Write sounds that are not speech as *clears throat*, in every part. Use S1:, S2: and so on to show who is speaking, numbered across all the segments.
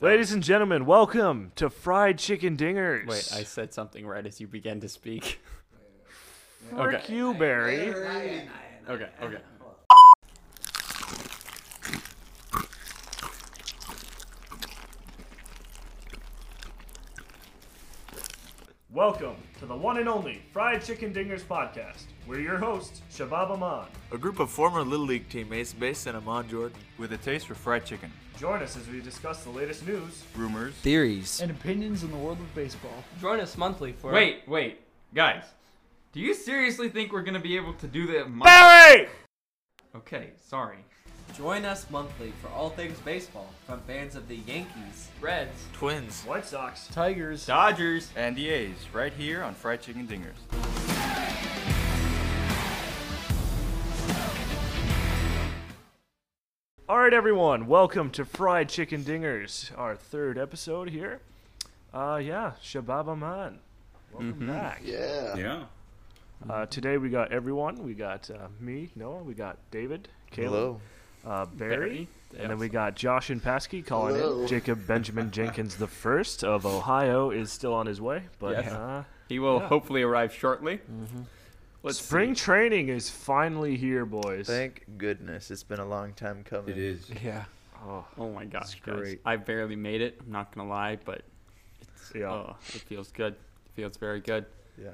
S1: Ladies and gentlemen, welcome to Fried Chicken Dingers.
S2: Wait, I said something right as you began to speak.
S1: Frick
S2: okay.
S1: you, Barry.
S2: *laughs* Okay, okay.
S1: Welcome to the one and only Fried Chicken Dingers podcast. We're your hosts, Shabab Aman.
S3: A group of former Little League teammates based in Amman, Jordan.
S4: with a taste for fried chicken.
S1: Join us as we discuss the latest news.
S4: Rumors.
S5: theories.
S6: and opinions in the world of baseball.
S7: Join us monthly for
S8: Wait, wait, guys. Do you seriously think we're gonna be able to do that? Mon-
S1: Barry!
S8: Okay, sorry.
S5: Join us monthly for all things baseball from fans of the Yankees.
S8: Reds,
S3: Twins.
S1: White Sox.
S6: Tigers,
S8: Dodgers.
S4: And the A's, right here on Fried Chicken Dingers.
S1: All right, everyone, welcome to Fried Chicken Dingers, our third episode here. Uh, yeah, Shabab Aman. Welcome
S2: Mm-hmm.
S1: back.
S4: Yeah.
S1: Uh, today we got everyone. We got uh, me, Noah. We got David, Caleb, Uh, Barry, and then we got Josh and Paskey calling in. Jacob Benjamin Jenkins the first of Ohio is still on his way, but
S2: Yes.
S1: uh,
S2: He will hopefully arrive shortly. Let's see.
S1: spring training is finally here, boys.
S9: Thank goodness. It's been a long time coming.
S4: It is.
S2: Yeah.
S1: Oh,
S2: Oh my gosh, guys.
S1: great.
S2: I barely made it. I'm not gonna lie, but
S1: yeah.
S2: oh, it feels good. It feels very good.
S9: Yeah.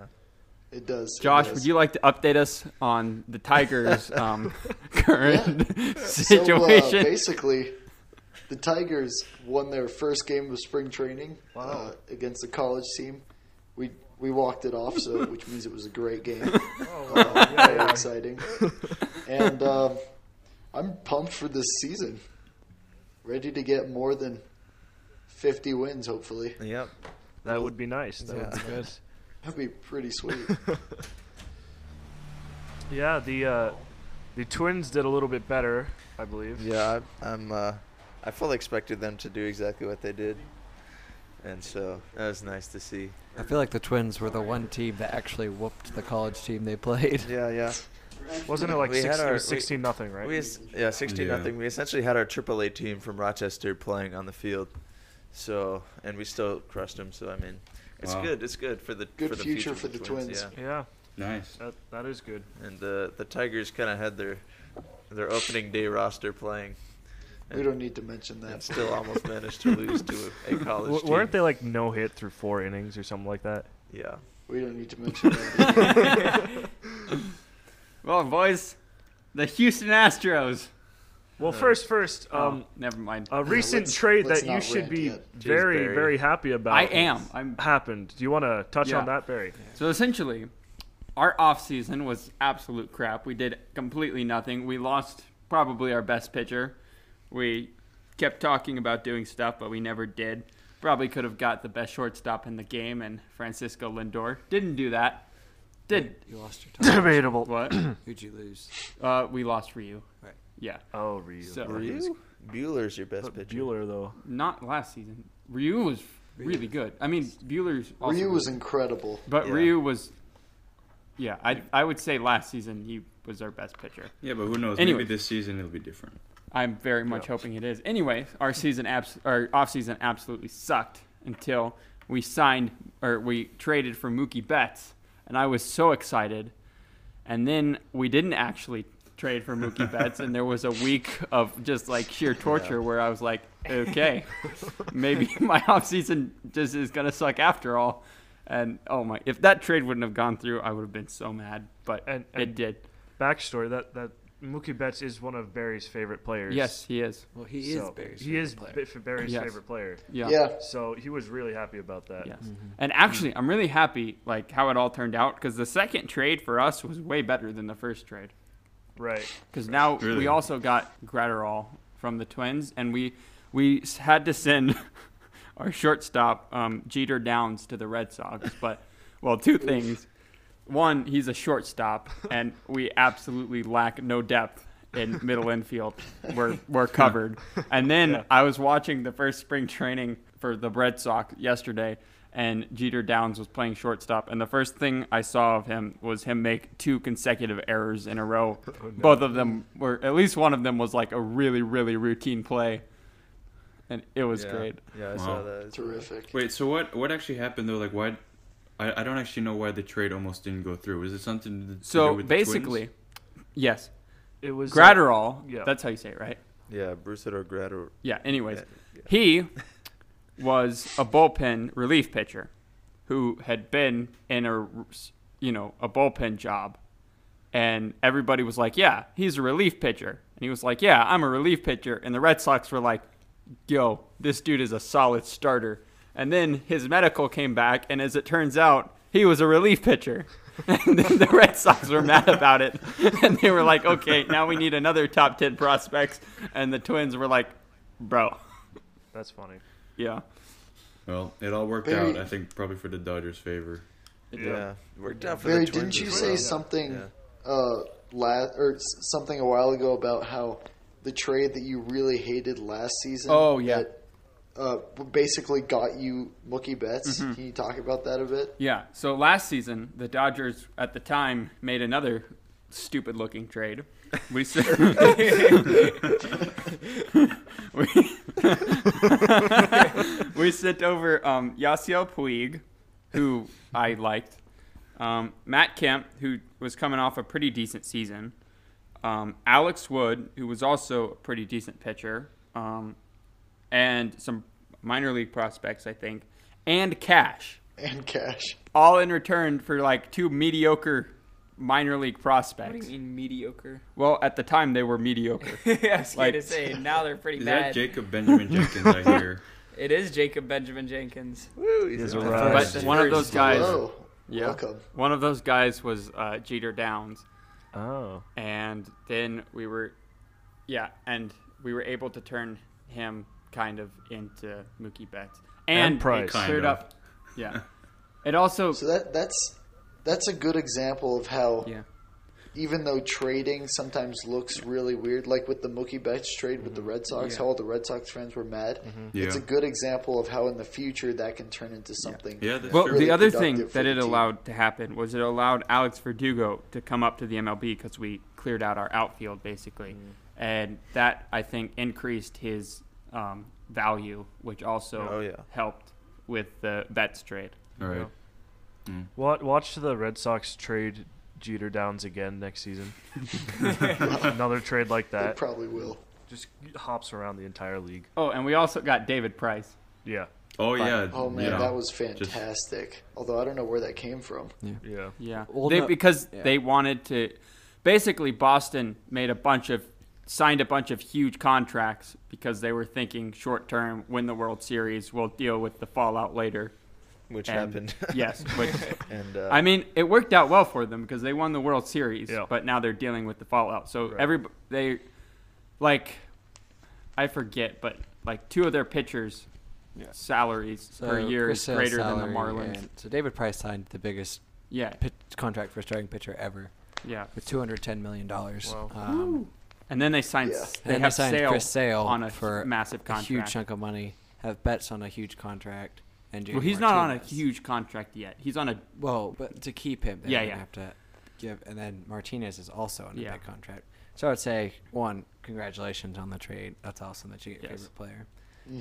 S10: It does. it
S2: Josh,
S10: does.
S2: would you like to update us on the Tigers' um, current
S10: So,
S2: *laughs*
S10: uh,
S2: situation?
S10: basically, the Tigers won their first game of spring training uh, against the college team. We we walked it off,
S2: *laughs*
S10: so which means it was a great game.
S2: Oh,
S10: Uh, very exciting. And um, I'm pumped for this season. Ready to get more than 50 wins, hopefully.
S9: Yep.
S1: that would be nice. That would be nice.
S10: That'd be
S2: *laughs*
S10: pretty sweet.
S1: Yeah, the uh, the Twins did a little bit better, I believe.
S9: Yeah, I, I'm. Uh, I fully expected them to do exactly what they did, and so that was nice to see.
S5: I feel like the Twins were the one team that actually whooped the college team they played.
S9: Yeah, yeah.
S1: Wasn't it like
S9: We had
S1: six, it
S9: our-
S1: was
S9: we-
S1: 16 nothing, right?
S9: We es- yeah, sixteen
S4: Yeah.
S9: nothing. We essentially had our AAA team from Rochester playing on the field, so and we still crushed them. So I mean, it's
S4: Wow.
S9: good. It's good for the
S10: Good
S9: for the
S10: future for the Twins.
S9: Yeah.
S1: yeah,
S4: Nice.
S1: that, that is good.
S9: And the the Tigers kind of had their their opening day roster playing,
S10: we don't need to mention
S9: and
S10: that.
S9: still almost managed to lose to a, a college
S1: W-
S9: team.
S1: weren't they like no hit through four innings or something like that?
S9: Yeah.
S10: We don't need to
S2: *laughs*
S10: mention that.
S2: well, boys, the Houston Astros.
S1: Well, first, first,
S9: Oh.
S1: um,
S2: Um, never mind.
S1: a recent
S10: let's-
S1: trade
S10: let's
S1: that you
S10: not
S1: should
S10: rant
S1: be
S10: yet.
S9: Jeez,
S1: very,
S9: Barry.
S1: very happy about.
S2: I am. I'm
S1: happened. Do you want to touch on
S2: Yeah.
S1: that, Barry?
S2: So essentially, our off season was absolute crap. We did completely nothing. We lost probably our best pitcher. We kept talking about doing stuff, but we never did. Probably could have got the best shortstop in the game and Francisco Lindor. Didn't do that. Did
S5: You lost your time.
S1: Debatable.
S2: what?
S5: Who'd
S2: *clears throat*
S5: you lose?
S2: uh, we lost Ryu.
S5: Right.
S2: Yeah.
S1: Oh, Ryu.
S2: So-
S9: Ryu? Bueller's your best pitcher.
S1: Bueller though.
S2: Not last season. Ryu was really good. I mean, Bueller's also
S10: Ryu
S2: good.
S10: was incredible.
S2: But
S9: Yeah.
S2: Ryu was Yeah, I I would say last season he was our best pitcher.
S4: Yeah, but who knows?
S2: Anyway.
S4: Maybe this season it'll be different.
S2: I'm very much hoping it is. Anyway, our season abs- our offseason absolutely sucked until we signed or we traded for Mookie Betts, and I was so excited. And then we didn't actually trade for Mookie Betts, and there was a week of just like sheer torture where I was like,
S1: *laughs*
S2: okay, maybe *laughs* my offseason just is gonna suck after all. And oh my, if that trade wouldn't have gone through, I would have been so mad, but
S1: And-
S2: it
S1: and-
S2: did.
S1: Backstory: that that Mookie Betts is one of Barry's favorite players.
S2: Yes, he is.
S5: Well, he is
S1: So,
S5: Barry's
S1: He is
S5: favorite
S1: Ba-
S5: player.
S1: Barry's
S2: Yes.
S1: favorite player.
S10: Yeah.
S1: So he was really happy about that.
S2: Yes. And actually, I'm really happy like how it all turned out because the second trade for us was way better than the first trade
S1: Right.
S2: because now we
S4: Really?
S2: also got Gratterall from the Twins and we we s- had to send *laughs* our shortstop um, Jeter Downs to the Red Sox, but well, two things. One, he's a shortstop, and we absolutely lack no depth in middle infield. We're we're covered. And then I was watching the first spring training for the Red Sox yesterday, and Jeter Downs was playing shortstop. And the first thing I saw of him was him make two consecutive errors in a row. Both of them were at least one of them was like a really really routine play. and it was
S9: yeah.
S2: great.
S9: Yeah, I
S4: Wow.
S9: saw that.
S10: Terrific.
S4: Wait, so what what actually happened though? Like why? I, I don't actually know why the trade almost didn't go through. Was it something to, to do
S2: So
S4: with
S2: basically, yes,
S1: It was uh,
S2: Gratterall.
S1: yeah.
S2: That's how you say it, right?
S9: Yeah, Bruce or Grad
S2: Yeah. Anyways,
S9: Yeah,
S2: he was a bullpen relief pitcher who had been in a you know a bullpen job, and everybody was like, "Yeah, he's a relief pitcher," and he was like, "Yeah, I'm a relief pitcher," and the Red Sox were like, "Yo, this dude is a solid starter." And then his medical came back, and as it turns out, he was a relief pitcher. *laughs* And then the Red Sox were mad about it. *laughs* And they were like, okay, now we need another top 10 prospects. And the Twins were like, bro,
S1: That's funny.
S2: yeah.
S4: Well, it all worked
S10: Very-
S4: out. I think probably for the Dodgers' favor.
S9: Yeah. Worked out for
S10: Barry,
S9: the Twins
S10: didn't you
S9: as
S10: say
S9: well.
S10: something
S9: Yeah.
S10: uh, last or s- something a while ago about how the trade that you really hated last season?
S2: Oh, yeah.
S10: that, uh, basically got you Mookie Betts.
S2: Mm-hmm.
S10: Can you talk about that a bit? *laughs*
S2: Yeah. So last season, the Dodgers at the time made another stupid looking trade. We said. *laughs* we, *laughs* we sent over um, Yasiel Puig, who I liked, um, Matt Kemp, who was coming off a pretty decent season, um, Alex Wood, who was also a pretty decent pitcher, um, and some minor league prospects, I think, and cash
S10: And cash.
S2: all in return for like two mediocre minor league
S7: What do you
S2: prospects. *laughs*
S7: mean mediocre?
S2: Well, at the time they were mediocre.
S1: *laughs*
S7: I was
S2: Like-
S7: gonna say now
S2: *laughs*
S7: they're pretty
S4: Is
S7: bad.
S4: that Jacob Benjamin Jenkins? I hear.
S7: it is Jacob Benjamin Jenkins.
S9: Woo, he's
S1: He's
S9: in
S1: a
S9: my
S1: rat.
S9: first
S2: But one of
S7: First.
S2: those guys,
S10: Hello.
S2: yeah,
S10: Welcome.
S2: one of those guys was uh, Jeter Downs,
S1: Oh,
S2: and then we were, yeah, and we were able to turn him kind of into Mookie Betts,
S1: And
S2: and, it
S1: Price.
S4: Kind
S2: cleared
S4: of.
S2: up, yeah. It also,
S10: So that that's that's a good example of how
S2: yeah,
S10: even though trading sometimes looks really weird, like with the Mookie Betts trade
S2: Mm-hmm.
S10: with the Red Sox, how all the Red Sox fans were mad.
S4: Yeah.
S10: It's a good example of how in the future that can turn into something.
S4: Yeah, that's
S2: Well,
S4: true.
S10: really
S2: the other thing
S10: productive for
S2: that
S10: the
S2: it
S10: team.
S2: allowed to happen was it allowed Alex Verdugo to come up to the MLB because we cleared out our outfield basically,
S9: Mm.
S2: and that I think increased his um, value, which also
S9: Oh, yeah.
S2: helped with the Betts trade.
S4: all right.
S1: Wa- watch the Red Sox trade Jeter Downs again next *laughs* season. Another trade like
S10: They
S1: that
S10: probably will.
S1: just hops around the entire league.
S2: Oh, and we also got David Price.
S1: Yeah,
S4: Oh yeah.
S10: Oh man,
S4: yeah.
S10: that was fantastic. Although I don't know where that came from.
S1: yeah.
S2: Yeah,
S7: Well,
S2: they,
S7: no-
S2: because
S7: yeah.
S2: they wanted to. Basically, Boston made a bunch of signed a bunch of huge contracts because they were thinking short term, win the World Series, we'll deal with the fallout later.
S9: which
S2: and-
S9: happened. *laughs*
S2: *laughs* Yes, which
S9: and uh,
S2: I mean, it worked out well for them because they won the World Series,
S1: Yeah.
S2: but now they're dealing with the fallout. So
S1: Right.
S2: every they like I forget, but like two of their pitchers salaries per year
S7: Chris
S2: is
S7: Sale's
S2: greater than the
S7: salary
S2: Marlins.
S7: and- so David Price signed the biggest
S2: yeah,
S7: pit, contract for a starting pitcher ever
S2: yeah.
S7: with two hundred ten million dollars.
S10: Wow.
S7: Um,
S2: And then they signed
S10: Yeah.
S2: s-
S7: and
S2: they
S7: then
S2: have
S7: signed
S2: Sale
S7: Chris Sale
S2: on a
S7: for
S2: massive
S7: a
S2: contract.
S7: huge chunk of money. Have bets on a huge contract. And
S2: well,
S7: J.D.
S2: he's not on a
S7: Martinez.
S2: huge contract yet. He's on a
S7: Well, but to keep him, they
S2: Yeah,
S7: yeah,
S2: yeah.
S7: have to give. And then Martinez is also on a
S2: Yeah.
S7: big contract. So I would say one, congratulations on the trade. That's awesome that you get your
S2: Yes.
S7: favorite player.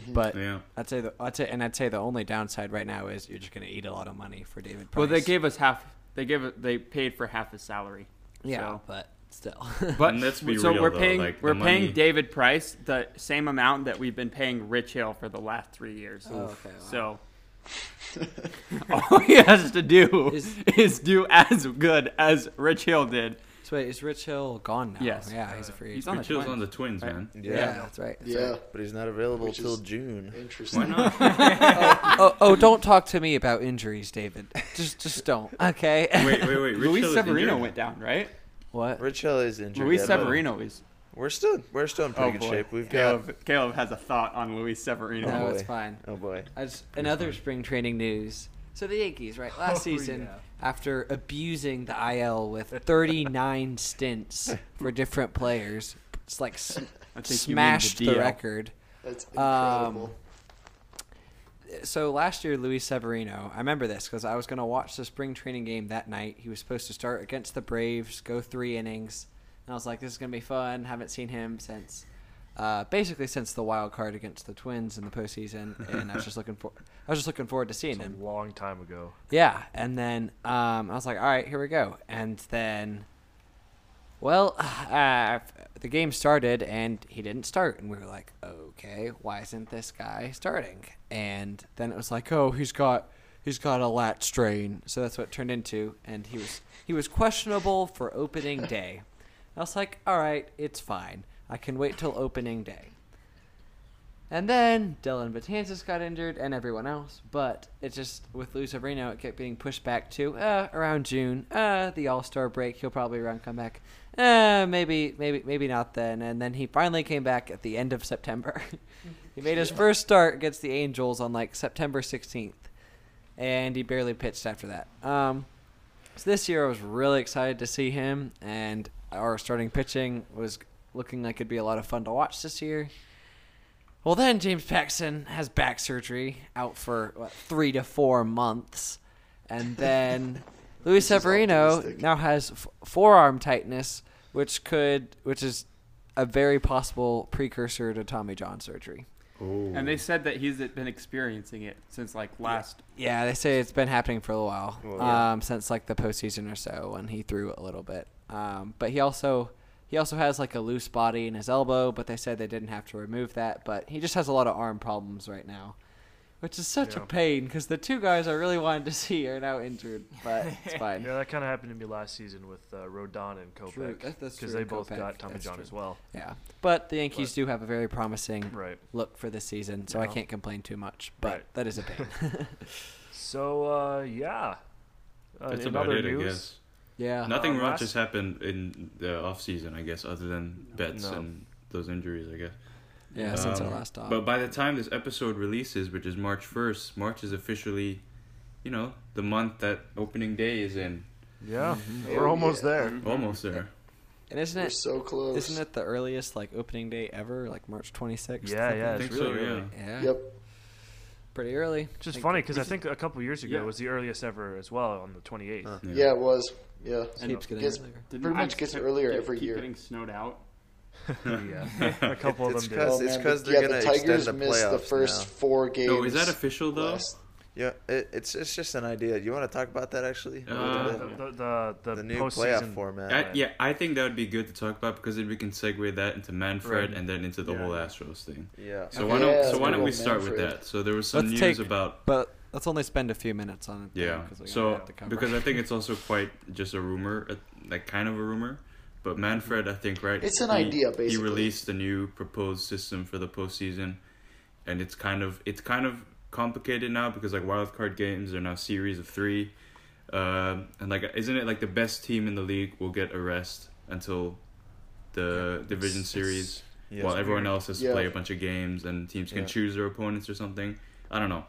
S7: But
S4: Yeah.
S7: I'd say the I'd say and I'd say the only downside right now is you're just going to eat a lot of money for David Price.
S2: well. They gave us half. They gave they paid for half his salary.
S7: yeah,
S2: so.
S7: but still. *laughs*
S2: But
S4: And let's be
S2: so
S4: real,
S2: we're
S4: though,
S2: paying
S4: like, the
S2: we're paying
S4: money-
S2: David Price the same amount that we've been paying Rich Hill for the last three years.
S7: Oh, okay, wow.
S2: So *laughs* all he has to do is,
S7: Is-
S2: do as good as Rich Hill did.
S7: so wait, is Rich Hill gone now?
S2: Yes.
S7: yeah, he's a free
S2: He's
S7: agent.
S2: on the
S4: Rich Hill's
S2: Twins.
S4: on the Twins,
S2: *laughs*
S4: man.
S9: yeah,
S7: yeah, that's right. that's
S10: Yeah,
S7: right.
S9: but he's not available
S10: Which
S9: till
S10: is-
S9: June.
S10: interesting.
S7: Oh, oh, don't talk to me about injuries, David. Just, just don't. Okay.
S4: Wait, wait, wait. Rich
S2: Luis
S4: Hill is
S2: Severino
S4: injured?
S2: went down, right?
S7: *laughs* what?
S9: Rich Hill is injured.
S2: Luis
S9: yeah, but
S2: Severino is.
S9: We're still we're still in pretty
S2: Oh
S9: good
S2: boy.
S9: shape. We've got
S2: Caleb, Caleb has a thought on Luis Severino.
S7: No,
S9: boy.
S7: it's fine.
S9: oh boy.
S7: As another spring training news. So the Yankees, right? Last
S2: Oh,
S7: season, after abusing the IL with 39 stints for different players, it's like s-
S2: *laughs* I think you mean the
S7: smashed the,
S2: DL.
S7: record.
S10: *laughs* That's incredible.
S7: Um, So last year, Luis Severino, I remember this because I was going to watch the spring training game that night. He was supposed to start against the Braves, go three innings, and I was like, "This is going to be fun." Haven't seen him since. uh, basically since the wild card against the Twins in the postseason, and I was just looking for I was just looking forward to seeing him.
S1: a long time ago.
S7: Yeah, and then um, I was like, all right, here we go. And then, well, *sighs* uh, the game started and he didn't start, and we were like, okay, why isn't this guy starting? And then it was like, oh, he's got he's got a lat strain, so that's what it turned into, and he was he was questionable for opening day. I was like, all right, it's fine. I can wait till opening day. And then Dylan Batanzas got injured and everyone else, but it just with Lou Severino, it kept being pushed back to uh, around June, uh, the All Star break. He'll probably run come back. Uh, maybe, maybe, maybe not then. And then he finally came back at the end of September. *laughs* he made his first start against the Angels on like September 16th, and he barely pitched after that. Um, so this year I was really excited to see him, and our starting pitching was looking like it'd be a lot of fun to watch this year. Well, then James Paxton has back surgery out for what, three to four months,
S10: *laughs*
S7: and then Luis
S10: is
S7: Severino
S10: optimistic.
S7: now has f- forearm tightness, which could, which is a very possible precursor to Tommy John surgery.
S4: Oh.
S2: And they said that he's been experiencing it since like last.
S7: Yeah, they say it's been happening for a little while,
S9: Well, yeah.
S7: um, since like the postseason or so, when he threw a little bit. Um, but he also he also has like a loose body in his elbow, but they said they didn't have to remove that. But he just has a lot of arm problems right now, which is such a
S1: Yeah.
S7: pain because the two guys I really wanted to *laughs* see are now injured. But
S1: *laughs*
S7: it's fine.
S1: Yeah, that kind of happened to me last season with uh, Rodon and
S7: True,
S1: Kopech
S7: that- that's
S1: because
S7: true,
S1: they both
S7: Kopech,
S1: got Tommy
S7: that's
S1: John
S7: true.
S1: as well.
S7: Yeah, but the Yankees do have a very promising
S1: Right.
S7: look for this season, so I
S1: Yeah.
S7: can't complain too much. But
S1: Right.
S7: that is a pain. *laughs*
S1: *laughs* So uh, yeah, uh,
S4: That's
S1: in
S4: about
S1: other
S4: it,
S1: news,
S4: I guess.
S7: yeah.
S4: Nothing
S1: Uh,
S4: much
S1: last-
S4: has happened in the off season, I guess, other than bets
S1: No.
S4: and those injuries, I guess.
S7: Yeah, since our
S4: Um,
S7: last talk.
S4: But by the time this episode releases, which is March 1st, March is officially, you know, the month that opening day is in.
S1: yeah,
S7: Mm-hmm.
S1: we're
S10: Oh,
S1: almost
S10: yeah.
S1: there.
S4: Almost there.
S7: and isn't
S10: We're
S7: it
S10: so close.
S7: Isn't it the earliest like opening day ever? Like March 26th.
S1: Yeah, yeah,
S4: I
S1: it's
S4: think
S1: really
S4: so,
S1: early.
S4: yeah.
S7: Yeah.
S10: Yep.
S7: Pretty early.
S1: Which is
S7: Like,
S1: funny because I think a couple years ago
S4: Yeah.
S1: was the earliest ever as well on the 28th.
S10: Yeah. it was. Yeah.
S7: it keeps getting
S10: Yes.
S7: earlier.
S2: Didn't
S10: Pretty
S2: I
S10: much gets
S2: keep-
S10: earlier
S2: keep-
S10: every
S2: keep
S10: year.
S2: Getting snowed out.
S1: Yeah, uh,
S7: *laughs*
S1: a couple of
S9: It's
S1: them
S9: because
S1: did.
S10: Oh,
S9: it's
S10: man,
S9: 'cause they're
S10: yeah,
S9: gonna
S10: the
S9: extend
S10: Tigers
S9: the
S10: missed the
S9: playoffs
S10: first
S9: now.
S10: four
S2: Oh,
S10: games.
S4: No, is that official, though?
S10: last-
S9: Yeah, it, it's it's just an idea. You want to talk about that actually? A
S4: Uh,
S9: little
S1: The,
S9: bit?
S1: the, the, the,
S9: the new playoff
S1: postseason-
S9: format.
S4: I, yeah, I think that would be good to talk about because then we can segue that into Manfred
S1: Right.
S4: and then into the
S1: Yeah.
S4: whole Astros thing.
S9: yeah.
S4: So why
S10: Okay.
S4: don't
S10: Yeah,
S4: so why don't we
S10: let's go
S4: start with
S10: Manfred.
S4: that? So there was some
S7: Let's
S4: news
S7: take-
S4: about
S7: But let's only spend a few minutes on it. though,
S4: Yeah.
S7: 'cause we're gonna
S4: So
S7: have to cover
S4: because I
S7: it.
S4: think it's also quite just a rumor, uh, like kind of a rumor. But Manfred, I think, right?
S10: It's an
S4: he-
S10: idea,
S4: He
S10: basically.
S4: released the new proposed system for the postseason, and it's kind of it's kind of complicated now because like wild card games are now series of three, Um and like isn't it like the best team in the league will get a rest until the division series,
S9: yeah,
S4: while
S9: it's
S4: everyone else has to
S10: Yeah.
S4: play a bunch of games and teams can
S9: Yeah.
S4: choose their opponents or something. I don't know.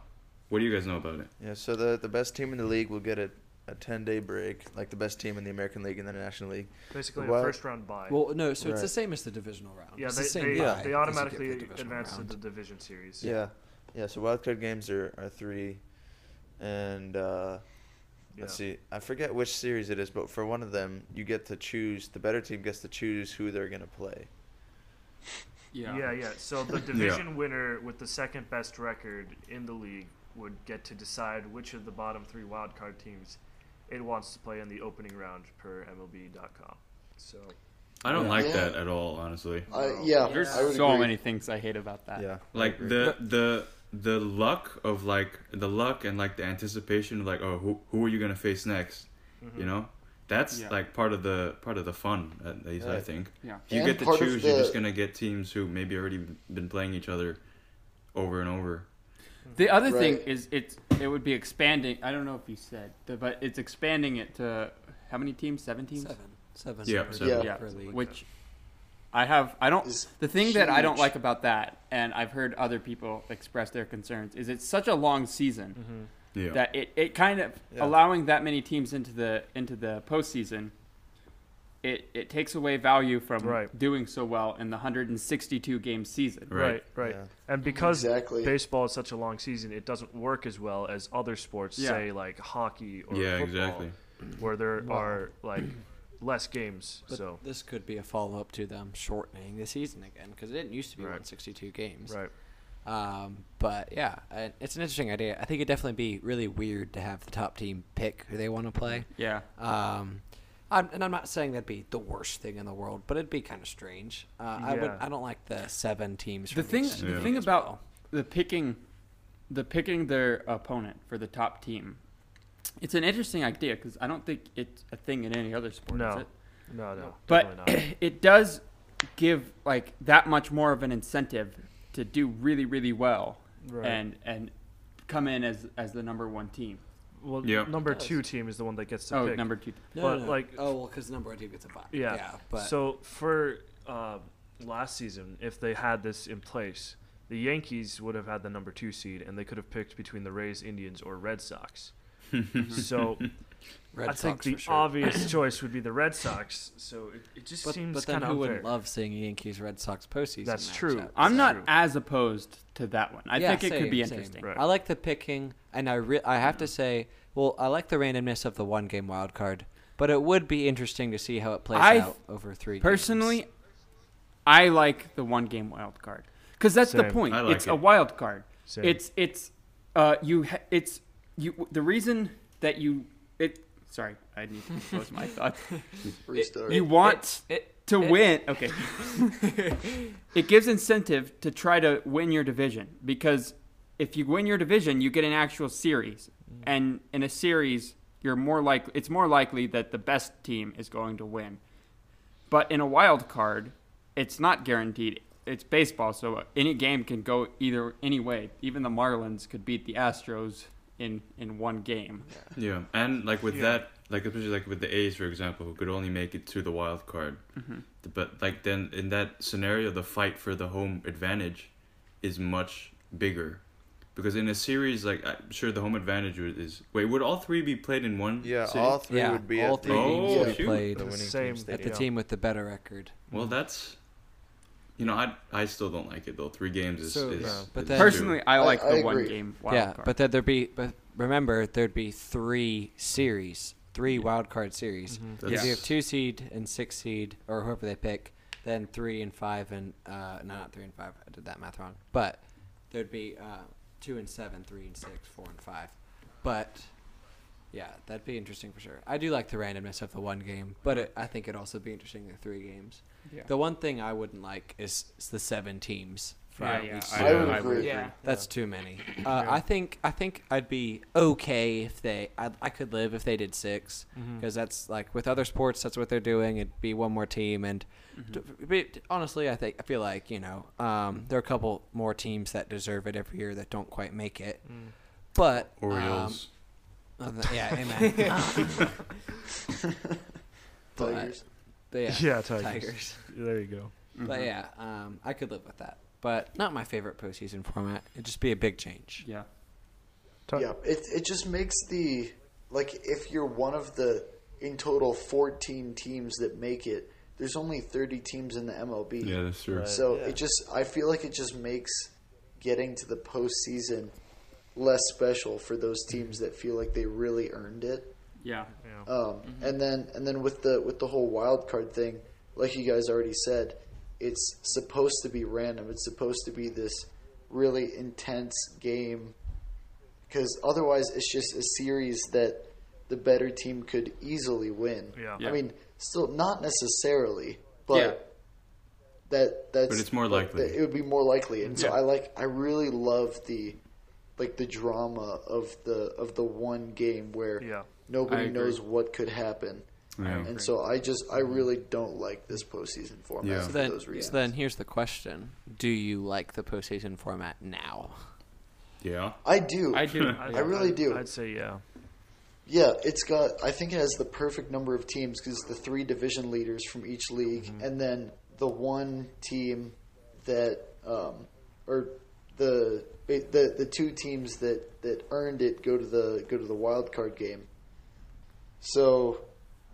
S4: What do you guys know about it?
S9: Yeah, so the the best team in the league will get a a ten day break, like the best team in the American League and the National League.
S1: Basically,
S9: Well-
S1: a first round bye.
S7: Well, no. So it's the
S9: Right.
S7: same as the divisional round.
S1: yeah,
S7: It's
S1: they,
S7: the same
S1: they,
S9: bye
S7: vibe
S9: as
S1: they
S7: as you
S1: automatically
S7: get the divisional
S1: advance to
S7: round.
S1: the division series.
S9: Yeah, yeah. So wild card games are are three, and uh,
S1: Yeah.
S9: let's see, I forget which series it is, but for one of them, you get to choose. The better team gets to choose who they're gonna play.
S2: Yeah.
S1: Yeah, yeah. So the division winner with the second best record in the league would get to decide which of the bottom three wildcard teams it wants to play in the opening round per MLB.com. So
S4: I don't like
S10: Yeah.
S4: that at all, honestly.
S10: I- yeah,
S2: There's
S10: I would
S2: so
S10: agree.
S2: many things I hate about that.
S9: Yeah,
S4: like the the the luck of like the luck and like the anticipation of like oh who who are you gonna face next
S10: Mm-hmm.
S4: you know that's
S2: Yeah.
S4: like part of the part of the fun at least i
S9: Right.
S4: think
S2: Yeah.
S4: you
S10: And
S4: get to
S10: part of
S4: choose you're
S10: the-
S4: just gonna get teams who maybe already been playing each other over and over
S2: The other
S10: Right.
S2: thing is it's it would be expanding. I don't know if you said, the- but it's expanding it to how many teams? Seven teams.
S7: Seven. Seven.
S4: Yeah,
S7: per-
S4: seven.
S10: Yeah.
S7: per league.
S2: Which I have. I don't.
S10: It's
S2: the thing that I don't
S10: huge.
S2: like about that, and I've heard other people express their concerns, is it's such a long season.
S7: Mm-hmm.
S4: yeah
S2: that it, it kind of
S9: Yeah.
S2: allowing that many teams into the into the postseason. It it takes away value from
S1: Right.
S2: doing so well in the 162 game season.
S4: right,
S1: right.
S9: Yeah.
S1: And because
S10: Exactly.
S1: baseball is such a long season, it doesn't work as well as other sports,
S2: Yeah.
S1: say like hockey or
S4: yeah
S1: football,
S4: exactly
S1: where there are like *clears throat* less games.
S7: But
S1: so
S7: this could be a follow up to them shortening the season again because it didn't used to be 162 games.
S1: Right.
S7: Um, but yeah, I- it's an interesting idea. I think it'd definitely be really weird to have the top team pick who they want to play.
S2: Yeah.
S7: Um, I'm, and I'm not saying that'd be the worst thing in the world, but it'd be kind of strange. Uh, I would.
S2: Yeah.
S7: I don't like the seven teams.
S2: The
S7: from
S2: thing,
S7: each
S2: the
S7: league
S2: thing
S7: as
S2: about the picking, the picking their opponent for the top team, it's an interesting idea because I don't think it's a thing in any other sport.
S1: No.
S2: is it?
S1: No, no,
S2: But
S7: *clears throat*
S1: definitely
S2: *clears throat* it does give like that much more of an incentive to do really, really well
S1: Right.
S2: and and come in as as the number one team.
S1: Well, number two team is the one that gets to
S2: Oh,
S1: pick.
S2: number two.
S7: No,
S1: but
S7: no, no.
S1: like,
S7: oh well, because number one team gets a bye.
S1: yeah.
S7: but
S1: so for uh, last season, if they had this in place, the Yankees would have had the number two seed, and they could have picked between the Rays, Indians, or Red Sox. so
S7: Red
S1: I think
S7: Sox
S1: the
S7: for sure.
S1: obvious
S7: *coughs*
S1: choice would be the Red Sox. So it, it just
S7: but,
S1: seems
S7: but then
S1: kind
S7: who
S1: of unfair.
S7: wouldn't love seeing Yankees Red Sox postseason?
S1: That's
S7: matchup?
S1: true.
S2: I'm not as opposed to that one. I
S7: Yeah,
S2: think it
S7: same,
S2: could be
S7: same.
S2: interesting.
S7: I like the picking, and I re- I have to say, well, I like the randomness of the one game wild card, but it would be interesting to see how it plays
S2: I
S7: out over three.
S2: personally, I like the one game wild card because that's the
S7: Same.
S2: point.
S7: I like
S2: it's
S7: it.
S2: a wild card.
S7: Same.
S2: It's it's uh you ha- it's you the reason that you it sorry I need to close
S7: *laughs*
S2: my thought.
S10: Restart.
S2: You want
S10: It- it-
S2: to
S10: it-
S2: win. *laughs* Okay. it gives incentive to try to win your division because if you win your division, you get an actual series, and in a series, you're more likely. It's more likely that the best team is going to win. But in a wild card, it's not guaranteed. It's baseball, so any game can go either any way. Even the Marlins could beat the Astros in in one game.
S4: Yeah, and like with
S2: Yeah.
S4: that, like especially like with the A's, for example, who could only make it to the wild card.
S7: Mm-hmm.
S2: Mhm.
S4: The- But like then in that scenario, the fight for the home advantage is much bigger, because in a series, like I'm sure the home advantage would- is wait, would all three be played in one?
S9: Yeah,
S4: city?
S9: all three Yeah, would be all at the- three
S4: oh,
S9: games would be
S4: shoot.
S9: played
S7: The at the team with the better record.
S4: Well, that's. You know, I I still don't like it though. Three games is,
S7: So-
S4: is,
S7: Yeah.
S4: is
S7: But then-
S2: Personally, I like the one game wild
S7: yeah,
S2: card.
S7: but then there'd be but remember there'd be three series, three wild card series.
S2: Mhm.
S7: If
S2: Yes.
S7: you have two seed and six seed or whoever they pick, then three and five and uh no, not three and five. I did that math wrong. But there'd be uh two and seven, three and six, four and five. But yeah, that'd be interesting for sure. I do like the randomness of the one game, but it, I think it'd also be interesting the three games.
S2: Yeah.
S7: The one thing I wouldn't like is, is the seven teams. for
S2: Yeah,
S7: each
S2: yeah,
S7: season.
S2: I would I agree. agree. Yeah.
S7: That's too many. Uh, I think I think I'd be okay if they I, I could live if they did six
S2: Mhm.
S7: because that's like with other sports that's what they're doing. It'd be one more team and d- but honestly, I think I feel like you know um, there are a couple more teams that deserve it every year that don't quite make it.
S1: Mm.
S7: But um,
S4: Orioles.
S7: other than- yeah, amen. *laughs* But-
S10: Tigers.
S7: but yeah,
S1: Yeah, Tigers. There you go.
S7: But
S1: Mhm.
S7: yeah, um, I could live with that. But not my favorite postseason format. It'd just be a big change.
S2: Yeah.
S10: Yeah, it it just makes the like if you're one of the in total 14 teams that make it, there's only 30 teams in the MLB.
S4: Yeah, that's true. Right.
S10: So
S4: Yeah.
S10: it just I feel like it just makes getting to the postseason less special for those teams that feel like they really earned it.
S2: Yeah.
S10: Um,
S1: Mm-hmm.
S10: And then and then with the with the whole wild card thing, like you guys already said, it's supposed to be random. It's supposed to be this really intense game because otherwise it's just a series that the better team could easily win.
S1: Yeah.
S10: I
S4: Yeah.
S10: mean, still not necessarily, but
S4: Yeah.
S10: that that's
S4: But it's more likely.
S10: that it would be more likely. And so
S4: Yeah.
S10: I like I really love the like the drama of the of the one game where
S1: Yeah.
S10: nobody
S1: I agree.
S10: knows what could happen.
S4: Yeah. I
S10: And so I just I really don't like this postseason format
S7: So,
S10: for
S7: then,
S10: those reasons.
S7: so then here's the question: Do you like the postseason format now?
S4: Yeah.
S10: I do.
S7: I
S2: *laughs*
S7: do.
S10: *laughs* I really do.
S1: I'd say yeah.
S10: Yeah, it's got. I think it has the perfect number of teams because the three division leaders from each league,
S7: Mm-hmm.
S10: and then the one team that, um, or the the the two teams that that earned it go to the go to the wild card game. So,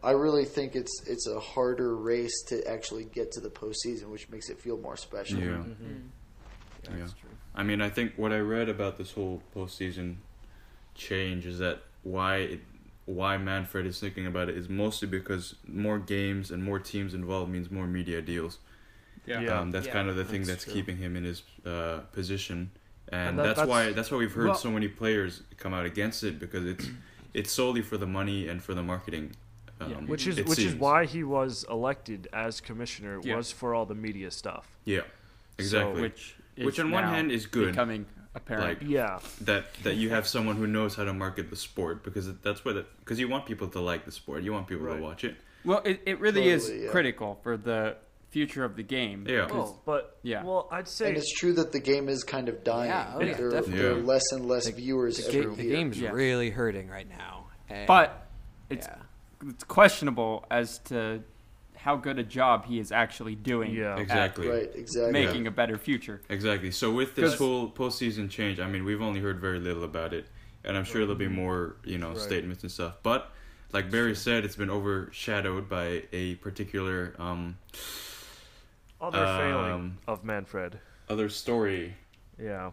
S10: I really think it's it's a harder race to actually get to the postseason, which makes it feel more special.
S4: Yeah.
S2: Mm-hmm.
S4: Yeah. I mean, I think what I read about this whole postseason change is that why it why Manfred is thinking about it is mostly because more games and more teams involved means more media deals.
S2: Yeah. Yeah.
S4: Um, that's
S2: Yeah,
S4: kind of the thing
S2: that's
S4: that's,
S2: true.
S4: keeping him in his uh, position, and,
S1: And that-
S4: that's,
S1: that's-
S4: why that's why we've heard
S1: well-
S4: so many players come out against it
S1: *clears throat*
S4: because it's it's solely for the money and for the marketing. Um,
S1: which is
S4: it
S1: which is
S4: seems.
S1: why he was elected as commissioner
S2: Yeah.
S1: was for all the media stuff.
S4: Yeah, exactly.
S2: which is
S4: which on one
S2: now
S4: hand is good,
S2: becoming apparent.
S4: Like,
S1: Yeah.
S4: that that you have someone who knows how to market the sport because that's what because you want people to like the sport, you want people to watch it.
S2: Well, it, it really is
S10: Totally, yeah.
S2: critical for the future of the game.
S4: Yeah.
S2: 'cause-
S1: Oh, but
S2: yeah.
S1: well, I'd say
S10: And it's true that the game is kind of dying.
S7: Yeah, oh yeah,
S10: there,
S7: definitely.
S10: there are
S4: Yeah.
S10: less and less viewers
S7: The,
S10: every
S7: ga- the
S10: year.
S7: game's
S2: Yeah.
S7: really hurting right now. and-
S2: but it's
S7: yeah.
S2: it's questionable as to how good a job he is actually doing.
S1: Yeah.
S2: at
S4: Exactly.
S10: Right, exactly.
S2: Making a better future.
S4: Exactly. So with this
S2: 'Cause-
S4: whole postseason change, I mean, we've only heard very little about it, and I'm sure there'll be more, you know, statements and stuff. But like Barry said, it's been overshadowed by a particular um,
S1: other failing
S4: um,
S1: of Manfred.
S4: other story,
S1: Yeah.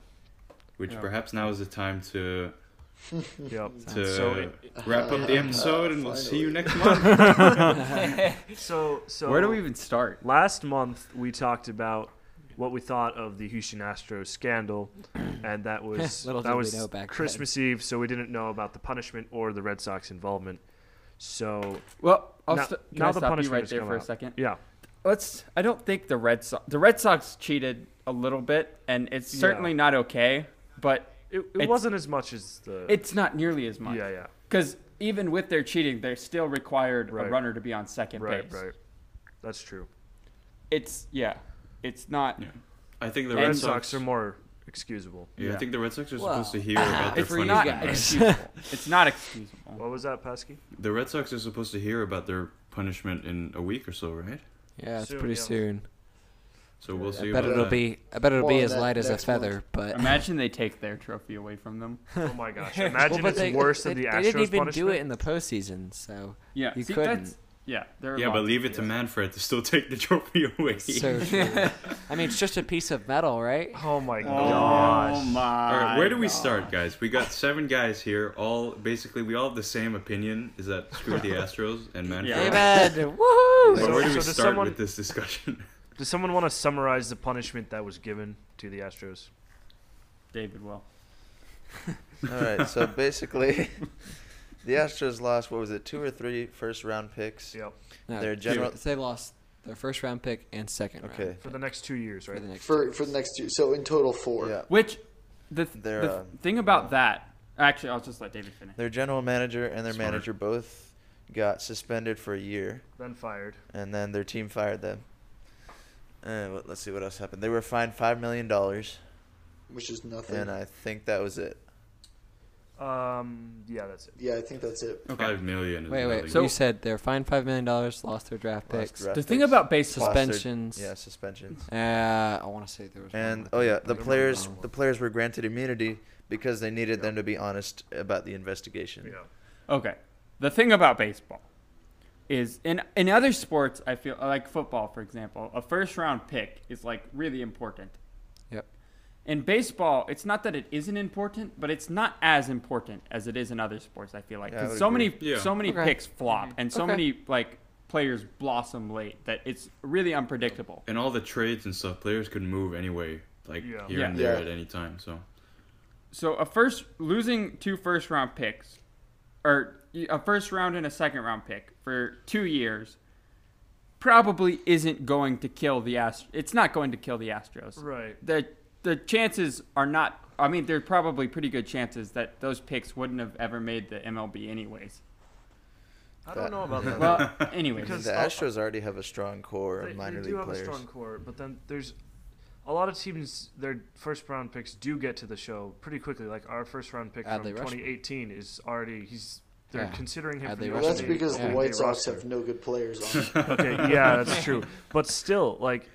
S4: which
S2: Yeah.
S4: perhaps now is the time to
S1: Yep.
S7: *laughs*
S4: to
S1: So
S4: wrap up the episode, and we'll see you next month.
S1: so so
S2: Where do we even start?
S1: last month we talked about what we thought of the Houston Astros scandal, and
S7: *laughs*
S1: that was
S7: Little
S1: that
S7: did we
S1: was
S7: know back then.
S1: Christmas Eve, so we didn't know about the punishment or the Red Sox involvement. So
S2: Well, I'll
S1: now,
S2: st- can
S1: now
S2: I
S1: the
S2: stop you
S1: punishment
S2: right
S1: has
S2: there
S1: come
S2: for a
S1: out.
S2: second?
S1: Yeah,
S2: let's I don't think the Red Sox the Red Sox cheated a little bit and it's
S1: Yeah.
S2: certainly not okay, but
S1: it, it
S2: It's-
S1: wasn't as much as the
S2: it's not nearly as much.
S1: yeah yeah
S2: Cuz even with their cheating, they're still required
S1: Right.
S2: a runner to be on second
S1: right
S2: base.
S1: right that's true.
S2: It's yeah. It's not
S4: Yeah. I think
S1: The
S4: the
S1: Red
S4: Red
S2: And-
S1: Sox,
S4: Sox.
S1: are more excusable.
S4: yeah, I
S2: Yeah.
S4: think the Red Sox are
S7: Well,
S4: supposed to hear
S2: *laughs*
S4: about their
S2: it's
S7: for you
S2: not
S4: punishment.
S7: guys.
S4: right? *laughs*
S2: excusable. it's not excusable.
S1: What was that,
S7: *laughs*
S1: Pesky?
S4: The Red Sox are supposed to hear about their punishment in a week or so, right?
S7: yeah, it's
S1: soon,
S7: pretty
S1: yeah.
S7: soon.
S4: So we'll see.
S7: I bet
S4: about
S1: uh,
S7: it'll
S4: that.
S7: be. I bet it'll be
S10: Well,
S7: as
S10: that-
S7: light as a
S10: next month.
S7: feather. But *laughs*
S2: Imagine they take their trophy away from them.
S1: Oh my gosh! Imagine
S7: but
S1: it's
S7: they,
S1: worse
S7: they,
S1: than the
S7: they
S1: Astros
S7: didn't even
S1: punishment.
S7: do it in the postseason, so
S2: Yeah.
S7: You
S2: see,
S7: couldn't.
S2: that's- yeah, they're
S4: Yeah, but
S2: lost.
S4: leave it to Manfred to still *laughs* take the trophy away.
S2: *laughs*
S7: so true. I mean, it's just a piece of metal, right?
S1: Oh my gosh!
S2: Oh my.
S4: *laughs* all right, where do we
S2: God.
S4: start, guys? We got seven guys here. All basically, we all have the same opinion: is that screw the Astros and Manfred.
S2: Yeah.
S7: Amen. Woohoo!
S4: But
S1: So-
S4: where do we
S1: so does
S4: start
S1: someone-
S4: with this discussion? *laughs*
S1: Does someone want to summarize the punishment that was given to the Astros?
S2: David will.
S9: All right, so basically, the Astros lost what was it, two or three first round picks?
S1: Yep.
S7: No,
S9: Their general-
S7: They lost their first round pick and second round.
S9: Okay.
S1: For the next two years,
S7: For
S1: right?
S7: the next
S10: for for the next year. So in total four.
S9: Yeah.
S2: Which the, th-
S9: They're,
S2: the
S9: uh,
S2: thing about that, actually, I'll just let David finish.
S9: Their general manager and their
S4: Smart.
S9: manager both got suspended for a year,
S1: Then fired.
S9: and then their team fired them. Uh, what- let's see what else happened. They were fined five million dollars,
S10: Which is nothing.
S9: and uh, I think that was it.
S1: Um, yeah, that's it.
S10: yeah, I think that's it.
S4: Five million. Is
S7: Wait, wait.
S4: nothing.
S7: you said they're fined five million dollars, lost their draft
S9: Lost
S7: picks.
S9: draft
S2: The thing
S9: picks,
S2: about
S9: lost
S2: baseball,
S9: their-
S7: Suspensions.
S9: yeah, suspensions.
S7: Uh, I want to say there was. one
S9: And
S7: more.
S9: oh yeah,
S1: Never
S9: the
S1: mind.
S9: players the players were granted immunity because they needed them to be honest about the investigation.
S1: Yeah.
S2: okay, the thing about baseball is in in other sports, I feel like football, for example, a first round pick is like really important.
S7: Yep.
S2: In baseball, it's not that it isn't important, but it's not as important as it is in other sports. I feel like
S9: Yeah, I
S2: 'Cause
S9: would
S2: so
S9: agree. Mm-hmm.
S2: many
S4: Yeah.
S2: so many
S7: Okay.
S2: picks flop, and so
S7: Okay.
S2: many like players blossom late that it's really unpredictable.
S4: and all the trades and stuff, players could move anyway, like
S1: Yeah.
S4: here
S2: Yeah.
S4: and there
S10: Yeah.
S4: at any time. So
S2: so a first losing two first round picks or a first round and a second round pick for 2 years probably isn't going to kill the Ast- it's not going to kill the Astros.
S1: Right.
S2: The the chances are not I mean there're probably pretty good chances that those picks wouldn't have ever made the MLB anyways.
S1: I
S9: That-
S1: don't know
S7: *laughs*
S1: about that.
S2: Well,
S4: *laughs*
S9: I
S2: anyways.
S9: mean,
S1: Because
S9: the
S1: I'll-
S9: Astros already have a strong core
S1: they,
S9: of minor
S1: they do
S9: league
S1: have
S9: players.
S1: a strong core, but then there's a lot of teams. Their first round picks do get to the show pretty quickly. Like our first round pick
S7: Adley
S1: from
S7: Rushman.
S1: 2018 is already he's. They're
S7: Yeah.
S1: considering him.
S7: Adley
S1: for the
S7: Rushman.
S10: Well, that's
S1: opening-
S10: because
S7: Yeah.
S10: the
S1: opening
S10: White Sox
S1: roster.
S10: have no good players
S1: *laughs*
S10: on. it.
S1: okay,
S10: *laughs*
S1: yeah, that's true. But still, like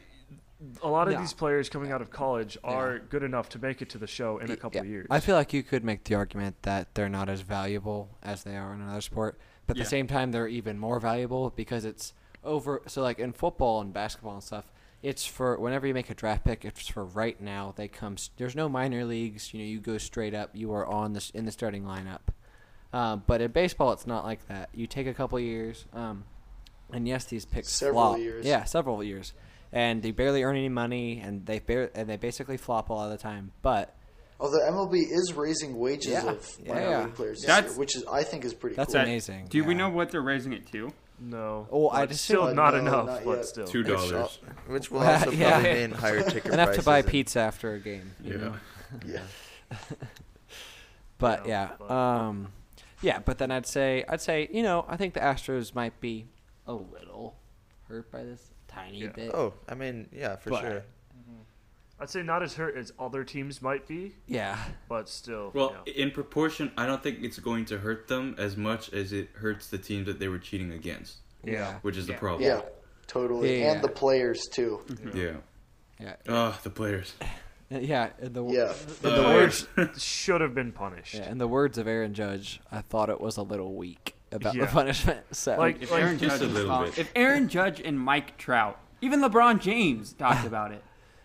S1: a lot of
S7: No.
S1: these players coming out of college are good enough to make it to the show in a couple
S7: Yeah,
S1: of years.
S7: I feel like you could make the argument that they're not as valuable as they are in another sport, but at
S2: Yeah.
S7: the same time, they're even more valuable because it's over. So, like in football and basketball and stuff, it's for whenever you make a draft pick, it's for right now. They come. s- There's no minor leagues. You know, you go straight up. You are on this in the starting lineup. Uh, but in baseball, it's not like that. You take a couple years, um, and yes, these picks
S10: Several
S7: flop.
S10: years.
S7: Yeah, several years, and they barely earn any money, and they bar- and they basically flop a lot of the time. But
S10: Although MLB is raising wages
S7: Yeah,
S10: of minor
S7: yeah.
S10: league players this
S2: That's-
S10: year, which is I think is pretty
S7: That's
S10: cool.
S7: amazing.
S2: Do we know what they're raising it to?
S1: No.
S7: Oh, I
S1: But
S7: just
S1: still
S7: assume-
S1: not
S10: No,
S1: enough,
S10: not
S1: but
S10: yet.
S1: still
S4: Two dollars.
S9: *laughs* Which will also
S7: *laughs* Yeah.
S9: probably
S1: *laughs*
S9: mean higher ticket
S7: enough to
S9: prices
S7: buy
S9: and-
S7: pizza after a game. you know?
S4: Yeah.
S10: Yeah.
S7: But
S1: Yeah,
S7: yeah,
S1: but-
S7: um, yeah. But then I'd say I'd say you know I think the Astros might be a little hurt by this tiny
S1: Yeah.
S7: bit.
S9: Oh, I mean, yeah, for
S7: But- *laughs*
S9: sure.
S1: I'd say not as hurt as other teams might be,
S7: Yeah,
S1: but still.
S4: Well,
S1: yeah.
S4: in proportion, I don't think it's going to hurt them as much as it hurts the teams that they were cheating against,
S7: yeah,
S4: which is the problem.
S10: Yeah, totally.
S7: Yeah.
S10: And the players too.
S4: Yeah.
S7: yeah,
S4: Ah, the players.
S7: yeah. Uh, yeah and the
S10: Yeah.
S7: in the
S4: Uh,
S7: words,
S4: *laughs*
S1: should have been punished.
S7: yeah, in the words of Aaron Judge, I thought it was a little weak about
S1: Yeah.
S7: the punishment. *laughs* So
S1: Like,
S2: If
S1: like-
S2: Aaron
S4: just
S2: Judge
S4: a
S2: was
S4: little
S2: talk-
S4: bit.
S2: If Aaron Judge and Mike Trout, even LeBron James
S7: *laughs*
S2: talked about it.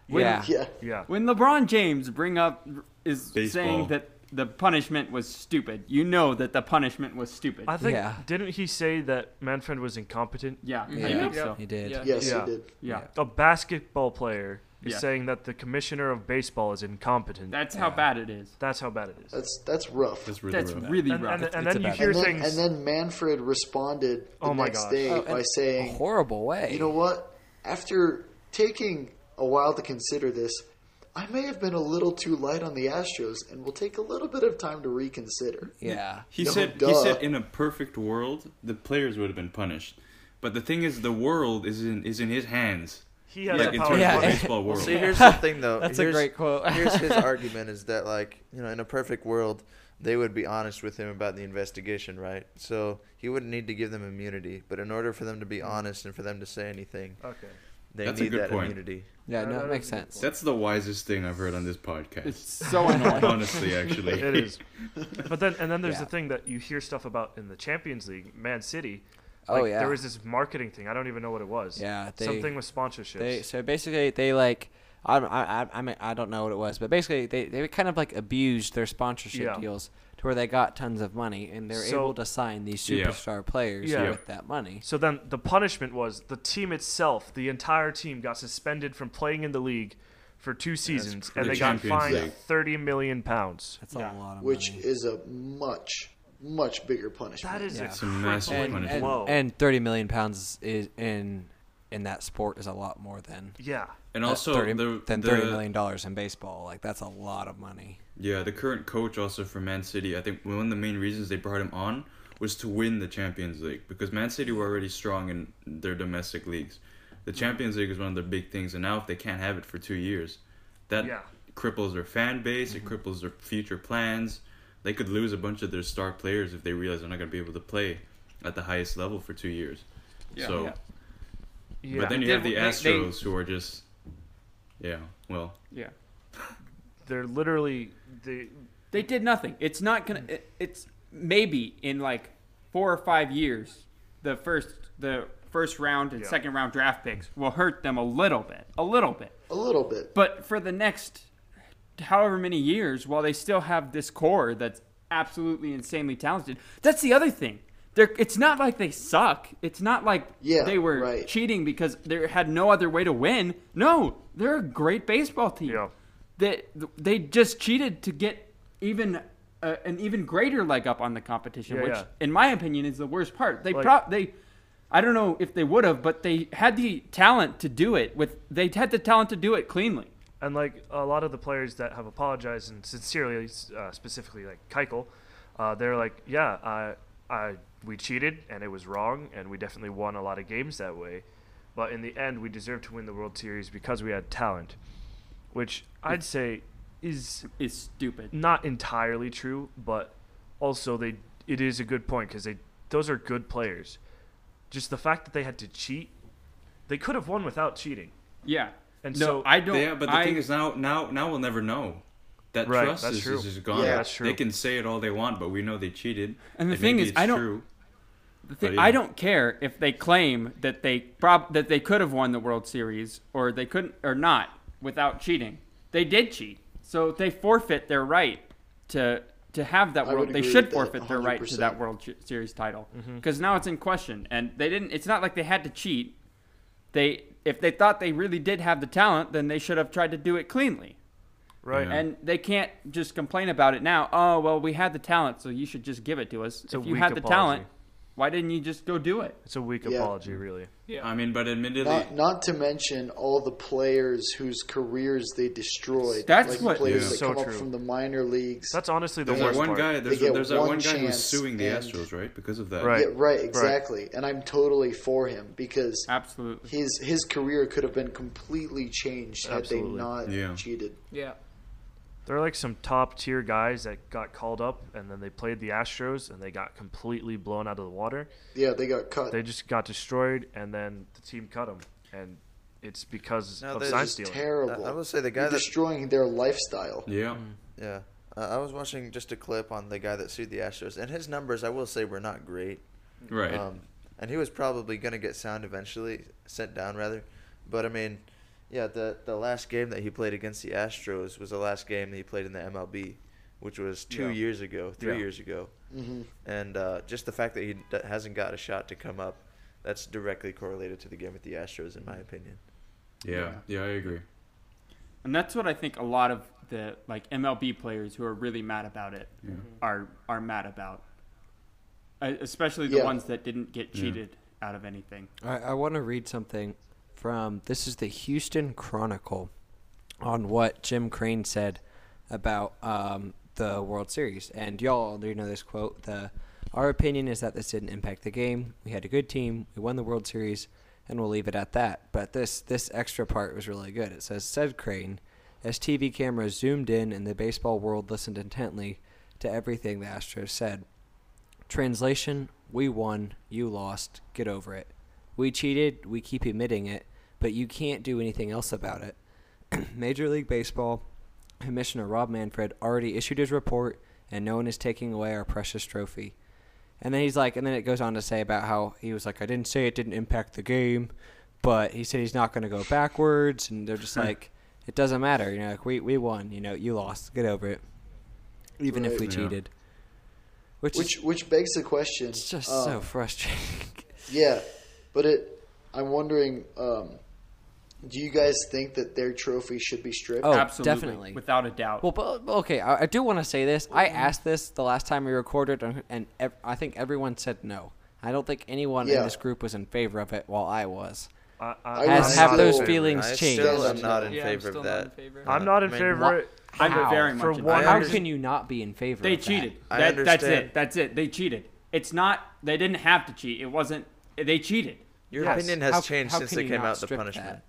S2: When-
S7: yeah,
S10: *laughs* Yeah.
S1: yeah.
S2: When LeBron James bring up is
S4: Baseball.
S2: saying that the punishment was stupid, you know that the punishment was stupid.
S1: I think
S7: Yeah.
S1: didn't he say that Manfred was incompetent?
S2: yeah, I
S7: Yeah.
S2: think
S7: Yeah.
S2: so.
S7: he did.
S8: Yeah.
S10: Yes,
S1: Yeah.
S10: he did.
S2: Yeah.
S1: A basketball player is
S2: Yeah.
S1: saying that the commissioner of baseball is incompetent.
S2: That's how bad it is.
S1: That's how bad it is.
S10: That's that's rough.
S4: That's really
S2: That's
S4: rough.
S2: really
S1: and,
S2: rough.
S1: and, and
S7: It's
S1: then
S7: a
S1: you
S7: bad
S1: hear
S10: and, then,
S1: things.
S10: and then Manfred responded the
S1: Oh my
S10: next
S1: gosh.
S10: day
S7: Oh,
S10: by
S7: in a
S10: saying,
S7: horrible way.
S10: "You know what? After taking a while to consider this, I may have been a little too light on the Astros, and will take a little bit of time to reconsider."
S7: *laughs* yeah,
S4: He
S10: No,
S4: said
S10: duh.
S4: he said in a perfect world the players would have been punished. But the thing is the world is in is in his hands.
S1: he has
S4: like
S1: the
S4: in
S1: power
S4: terms
S1: to
S7: *laughs*
S4: of the
S1: punish.
S4: baseball world.
S9: See, here's the thing, though.
S7: That's a
S9: Here's-
S7: great quote.
S9: *laughs* here's
S7: *laughs*
S9: his argument: is that like you know, in a perfect world, they would be honest with him about the investigation, right? So he wouldn't need to give them immunity. But in order for them to be
S1: Mm.
S9: honest and for them to say anything,
S1: Okay.
S9: they
S4: That's a
S9: need
S4: good
S9: that
S4: point.
S9: immunity.
S7: yeah.
S1: that
S7: No, it
S1: is
S7: makes
S1: a
S7: sense.
S4: That's the wisest thing I've heard on this podcast.
S2: It's so annoying.
S4: *laughs* Honestly, actually.
S1: It is. But then and then there's
S7: Yeah.
S1: the thing that you hear stuff about in the Champions League, Man City.
S7: Oh,
S1: like,
S7: yeah.
S1: There was this marketing thing. I don't even know what it was.
S7: Yeah, they-
S1: Something with sponsorships.
S7: They so basically they like I don't- I I I, mean, I don't know what it was, but basically they, they kind of like abused their sponsorship
S1: Yeah.
S7: deals to where they got tons of money and they're
S1: So-
S7: able to sign these
S4: Yeah.
S7: superstar players
S1: Yeah.
S7: with that money.
S1: So then the punishment was the team itself, the entire team got suspended from playing in the league for two seasons and they
S4: pretty
S1: got
S4: Champions
S1: fined
S4: League.
S1: 30 million pounds.
S7: That's a lot of
S10: Which
S7: money.
S10: is a much, much bigger punishment.
S1: That is
S7: Yeah.
S1: a
S7: It's
S4: a massive
S1: crippling
S7: and,
S4: punishment.
S7: and,
S1: blow.
S7: and thirty million pounds is in in that sport is a lot more than
S1: yeah.
S4: And
S7: that
S4: also
S7: 30
S4: the,
S7: than
S4: the-
S7: thirty million dollars in baseball. Like that's a lot of money.
S4: Yeah, the current coach also for Man City, I think one of the main reasons they brought him on was to win the Champions League because Man City were already strong in their domestic leagues. The Champions League is one of their big things, and now if they can't have it for two years, that
S1: Yeah.
S4: cripples their fan base, it cripples their future plans. They could lose a bunch of their star players if they realize they're not going to be able to play at the highest level for two years. so,
S2: Yeah.
S1: Yeah.
S4: but then you
S8: They-
S4: have the
S8: they- they-
S4: Astros who are just, yeah, well,
S2: yeah.
S1: they're literally they
S2: They did nothing. It's not gonna. It, it's maybe in like four or five years, the first the first round and
S1: Yeah.
S2: second round draft picks will hurt them a little bit, a little bit.
S10: a little bit.
S2: But for the next however many years, while they still have this core that's absolutely insanely talented, that's the other thing. They're, it's not like they suck. It's not like
S10: Yeah,
S2: they were
S10: right.
S2: cheating because they had no other way to win. No, they're a great baseball team.
S1: Yeah.
S2: They, they just cheated to get even uh, an even greater leg up on the competition,
S1: Yeah,
S2: which,
S1: yeah.
S2: in my opinion, is the worst part. They
S1: Like-
S2: pro- they I don't know if they would have, but they had the talent to do it. With they had the talent to do it cleanly.
S1: and like a lot of the players that have apologized and sincerely, uh, specifically like Keuchel, uh, they're like, yeah, I, I, we cheated and it was wrong, and we definitely won a lot of games that way, but in the end, we deserved to win the World Series because we had talent, which I'd say is
S2: Is stupid.
S1: not entirely true, but also they, it is a good point because they, those are good players. Just the fact that they had to cheat, they could have won without cheating,
S2: Yeah.
S1: and
S2: No,
S1: so
S2: I don't.
S4: Yeah, but the
S2: I,
S4: thing is now, now, now we'll never know. That
S1: Right,
S4: trust
S1: that's
S4: is,
S1: true.
S4: is just gone.
S10: Yeah,
S1: that's true.
S4: They can say it all they want, but we know they cheated.
S2: And the
S4: maybe
S2: thing is,
S4: it's
S2: I don't-
S4: True.
S2: the thing-
S4: but yeah.
S2: I don't care if they claim that they prob- that they could have won the World Series or they couldn't or not without cheating. They did cheat, so they forfeit their right to to have that
S8: I
S2: world,
S8: would
S2: they
S8: agree
S2: should
S8: with that
S2: forfeit their right to that
S8: 100%.
S2: World Ch- Series title
S4: Mm-hmm.
S8: Mhm.
S2: because now it's in question, and they didn't. It's not like they had to cheat. They, if they thought they really did have the talent, then they should have tried to do it cleanly.
S1: Right. Yeah.
S2: And they can't just complain about it now. Oh well, we had the talent, so you should just give it to us.
S1: a
S2: if you
S1: weak
S2: had the
S1: apology.
S2: talent, why didn't you just go do it?
S1: It's a weak
S10: Yeah.
S1: apology, really.
S2: Yeah.
S4: I mean, but admittedly,
S10: Not, not to mention all the players whose careers they destroyed.
S4: That's
S10: like
S4: what-
S10: players
S4: Yeah.
S10: that
S4: So
S10: come
S4: true.
S10: up from the minor leagues.
S1: That's honestly
S4: there's that one guy. There's,
S10: They get
S4: there's that one, guy who's
S10: chance
S4: suing the
S10: and-
S4: Astros, right? Because of that.
S10: Yeah, right, exactly. And I'm totally for him because
S2: absolutely
S10: his his career could have been completely changed had
S1: Absolutely.
S10: they not
S1: Yeah.
S10: cheated.
S8: Yeah.
S1: They're like some top tier guys that got called up and then they played the Astros and they got completely blown out of the water.
S10: Yeah, they got cut.
S1: They just got destroyed and then the team cut them. And it's because
S10: No,
S1: of
S10: that's
S1: sign
S10: just
S1: stealing.
S10: terrible.
S9: I- I will say the guy
S10: You're
S9: that-
S10: destroying their lifestyle.
S4: Yeah.
S7: Mm.
S9: Yeah. Uh, I was watching just a clip on the guy that sued the Astros, and his numbers, I will say, were not great. Um,
S4: Right.
S10: Um,
S9: and he was probably going to get sound eventually, sent down rather. But I mean, yeah, the the last game that he played against the Astros was the last game that he played in the MLB, which was two
S10: Yeah.
S9: years ago, three
S10: Yeah.
S9: years ago.
S10: Mhm.
S9: And uh, just the fact that he d- hasn't got a shot to come up, that's directly correlated to the game with the Astros, in my opinion.
S4: Yeah. Yeah, I agree.
S2: And that's what I think a lot of the like MLB players who are really mad about it
S9: Mm-hmm.
S4: Yeah.
S2: are are mad about. I- Especially the
S7: Yeah.
S2: ones that didn't get
S7: Yeah.
S2: cheated out of anything.
S7: I, I want to read something from this is the Houston Chronicle on what Jim Crane said about um, the World Series. And y'all already know this quote. The our opinion is that this didn't impact the game. We had a good team. We won the World Series, and we'll leave it at that. But this this extra part was really good. It says said Crane, as TV cameras zoomed in and the baseball world listened intently to everything the Astros said. Translation We won, you lost, get over it. We cheated, we keep admitting it, but you can't do anything else about it. *clears throat* Major League Baseball Commissioner Rob Manfred already issued his report, and no one is taking away our precious trophy. And then he's like, and then it goes on to say about how he was like, I didn't say it didn't impact the game, but he said he's not going to go backwards, and they're
S10: Hmm.
S7: just like, it doesn't matter, you know, like we we won, you know, you lost, get over it, even if
S10: Right.
S7: we
S10: Yeah.
S7: cheated. Which,
S10: Which which,
S7: is
S10: begs the question. It's
S7: just so frustrating. *laughs*
S10: Yeah, but it. I'm wondering. Um, do you guys think that their trophy should be stripped?
S7: Oh, Absolutely. definitely.
S2: Without a doubt.
S7: Well, but, but okay, I, I do want to say this. I asked this the last time we recorded, and, and ev- I think everyone said no. I don't think anyone in
S10: Yeah.
S7: this group was in favor of it, while I was.
S1: I,
S10: I
S7: Has
S10: was
S7: have those
S10: still-
S7: feelings
S9: I
S7: changed?
S9: still am not in Yeah, I'm favor of still not in that. favor.
S1: I'm not in
S9: I mean,
S1: favor.
S9: wha-
S1: of it.
S2: I'm
S7: How?
S2: very much in favor.
S7: How can you not be in favor?
S2: They
S7: of that?
S2: cheated.
S7: I
S2: That, that's
S7: understand.
S2: it. That's it. They cheated. It's not. They didn't have to cheat. It wasn't. They cheated.
S9: Your opinion has changed since they came out the punishment.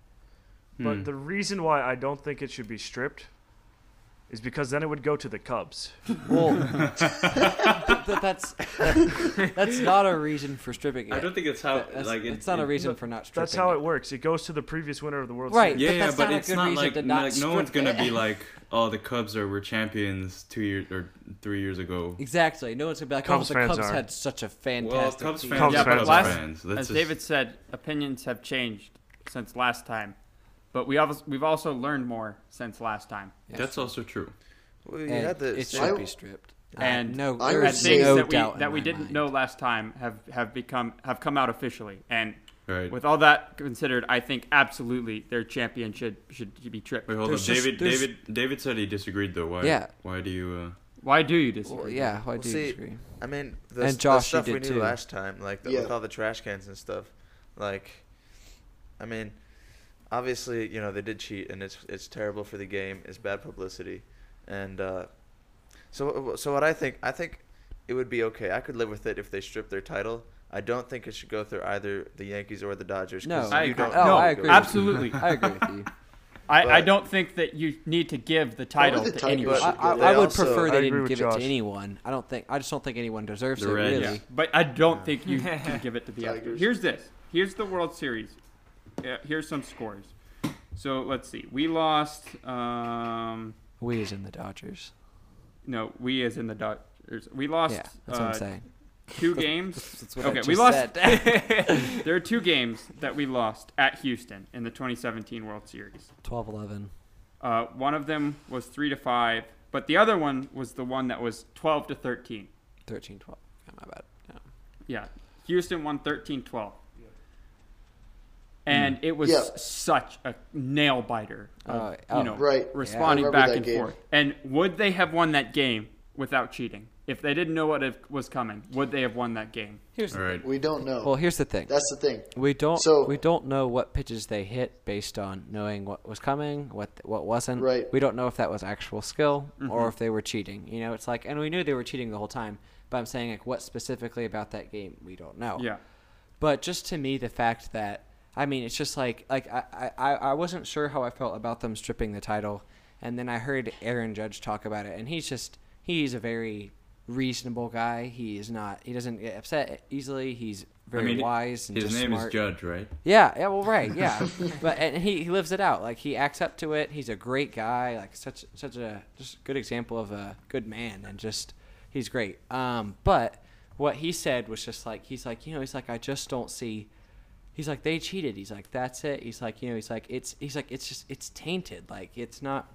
S1: But
S2: Hmm.
S1: the reason why I don't think it should be stripped is because then it would go to the Cubs.
S4: *laughs*
S7: Well, but that's that's not a reason for stripping.
S4: I
S7: it.
S4: don't think it's how-
S7: That- that's,
S4: like, it-
S7: it's not a
S4: it-
S7: reason
S4: No,
S7: for not stripping.
S1: That's how it works. It goes to the previous winner of the World
S7: Right,
S1: Series.
S7: but
S4: Yeah, yeah,
S7: that's
S4: but
S7: not a
S4: it's
S7: good
S4: not
S7: reason
S4: like,
S7: to not
S4: like no one's
S7: strip
S4: gonna
S7: *laughs* it.
S4: be like, oh, the Cubs are were champions two years or three years ago.
S7: Exactly. No one's gonna be like,
S4: Cubs
S7: "Oh, the
S4: fans
S7: Cubs
S4: aren't.
S7: had such a fantastic."
S4: Well, Cubs
S7: season."
S4: fans
S2: yeah,
S4: are
S2: but
S4: Cubs
S2: last,
S4: fans. That's
S2: as
S4: just-
S2: David said, opinions have changed since last time, but we have, we've also learned more since last time.
S4: That's also true.
S9: Well,
S7: you And had the it same- should be stripped. I-
S2: And
S7: no-
S2: and
S7: there is
S2: things
S7: no
S2: that we,
S7: doubt in
S2: that we
S7: my
S2: didn't know last time have, have become have come out officially. And
S4: Right.
S2: with all that considered, I think absolutely their champion should should be tripped.
S4: Wait, hold on. David, David, David said he disagreed though. Why?
S2: Yeah.
S4: Why do you? uh,
S2: Why do you disagree?
S9: Well, see, I mean, the,
S7: And
S9: s- the
S7: Josh, you
S9: stuff we
S7: did
S9: knew
S7: too.
S9: last time, like the, with
S7: Yeah.
S9: all the trash cans and stuff. Like, I mean, obviously, you know they did cheat, and it's it's terrible for the game. It's bad publicity, and uh, so so what I think, I think it would be okay. I could live with it if they stripped their title. I don't think it should go through either the Yankees or the Dodgers. 'cause
S2: I
S9: you
S2: agree.
S9: don't
S2: no,
S9: know who
S2: I
S9: goes.
S2: agree. Absolutely, *laughs*
S7: you.
S2: I, I
S9: But-
S2: don't think that you need to give the title
S7: Well,
S2: to anyone.
S7: I, I- I would prefer they didn't give it to anyone. I don't think. I just don't think anyone deserves
S2: The
S7: it.
S2: Reds.
S7: Really.
S2: Yeah, but I don't think you can give it to the Astros. Here's this. Here's the World Series. Uh, here's some scores. So let's see. We lost. Um,
S7: We as in the Dodgers.
S2: no, we as in the Dodgers. We lost.
S7: Yeah, that's what I'm
S2: uh,
S7: saying.
S2: Two games.
S7: That's what I
S2: okay, we
S7: just
S2: lost. *laughs*
S7: *laughs* said.
S2: there are two games that we lost at Houston in the 2017 World Series.
S7: 12-11.
S2: Uh, one of them was three to five But the other one was the one that was 12 to 13.
S7: 13 12. Yeah, my bad. Yeah.
S2: Yeah. Houston won 13 12. And it was
S10: Yeah.
S2: such a nail biter. of,
S7: Oh, oh.
S2: you know,
S10: Right.
S2: responding
S10: Yeah. I remember
S2: back
S10: that
S2: and
S10: game.
S2: forth. And would they have won that game without cheating? If they didn't know what it was coming, would they have won that game?
S7: Here's
S4: All right.
S10: We don't know.
S7: Well, here's the thing.
S10: That's the thing.
S7: we don't
S10: so-
S7: we don't know what pitches they hit based on knowing what was coming, what what wasn't.
S10: Right. Mm-hmm.
S7: We don't know if that was actual skill or if they were cheating. You know, it's like and we knew they were cheating the whole time, but I'm saying like what specifically about that game we don't
S10: Oh.
S7: know.
S2: Yeah.
S7: But just to me, the fact that I mean, it's just like like I, I, I wasn't sure how I felt about them stripping the title, and then I heard Aaron Judge talk about it, and he's just he's a very reasonable guy. He is not he doesn't get upset easily. He's very
S4: mean,
S7: wise and
S4: His
S7: just
S4: name
S7: smart.
S4: is Judge, right?
S7: Yeah, yeah, well, right, yeah, but and he, he lives it out. Like he acts up to it. He's a great guy. Like such such a just good example of a good man, and just he's great. Um, but what he said was just like he's like you know he's like I just don't see. He's like they cheated. He's like that's it. He's like you know he's like it's he's like it's just it's tainted. Like it's not.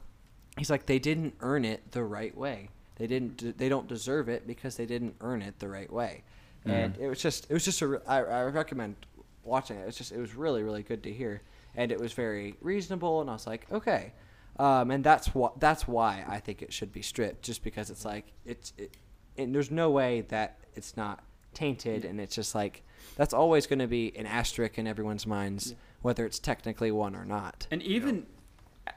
S7: He's like they didn't earn it the right way. They didn't. They don't deserve it because they didn't earn it the right way. And it was just. It was just a. re- I, I recommend watching it. It was just. It was really really good to hear, and it was very reasonable. And I was like, okay. Um, and that's what. That's why I think it should be stripped, just because it's like it's. It, and there's no way that it's not tainted, and it's just like that's always going to be an asterisk in everyone's minds, whether it's technically one or not.
S2: And even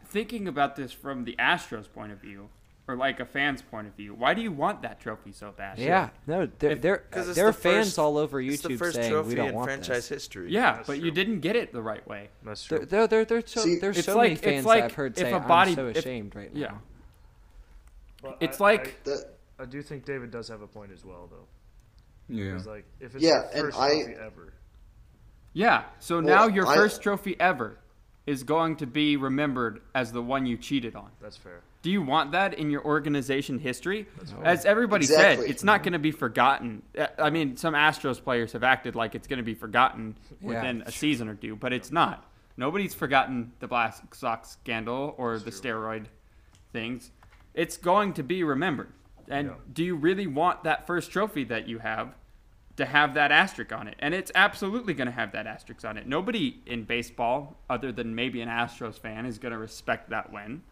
S2: thinking about this from the Astros' point of view, or like a fan's point of view, why do you want that trophy so bad?
S7: Yeah, no, there, there,
S9: Because it's
S7: there are
S9: the
S7: fans
S9: first-
S7: all over YouTube
S9: it's the first
S7: saying
S9: trophy
S7: we don't
S9: in
S7: want
S9: franchise
S7: this.
S9: history.
S2: Yeah,
S1: That's
S2: but
S1: true.
S2: you didn't get it the right way.
S1: That's true.
S7: There, there, there, there's so,
S10: See,
S7: there's
S2: it's
S7: so
S2: like-
S7: many
S2: it's
S7: fans
S2: like
S7: that I've heard
S2: if
S7: say
S2: a
S7: I'm
S2: body-
S7: so
S2: if-
S7: ashamed right now.
S2: yeah.
S1: But
S2: It's
S1: I-
S2: like-
S10: That,
S1: I, I do think David does have a point as well, though.
S4: Yeah.
S1: 'Cause, like if it's
S10: Yeah,
S1: your
S10: and
S1: first
S10: I-
S1: trophy ever,
S2: Yeah. So now
S10: Well,
S2: your
S10: I-
S2: first trophy ever is going to be remembered as the one you cheated on.
S1: that's fair.
S2: Do you want that in your organization history? As everybody
S10: Exactly.
S2: said, it's not going to be forgotten. Uh, I mean, some Astros players have acted like it's going to be forgotten
S7: Yeah.
S2: within a season or two, but it's not. Nobody's forgotten the Black Sox scandal or the steroid things. It's going to be remembered. And
S1: Yeah.
S2: do you really want that first trophy that you have to have that asterisk on it? And it's absolutely going to have that asterisk on it. Nobody in baseball, other than maybe an Astros fan, is going to respect that win.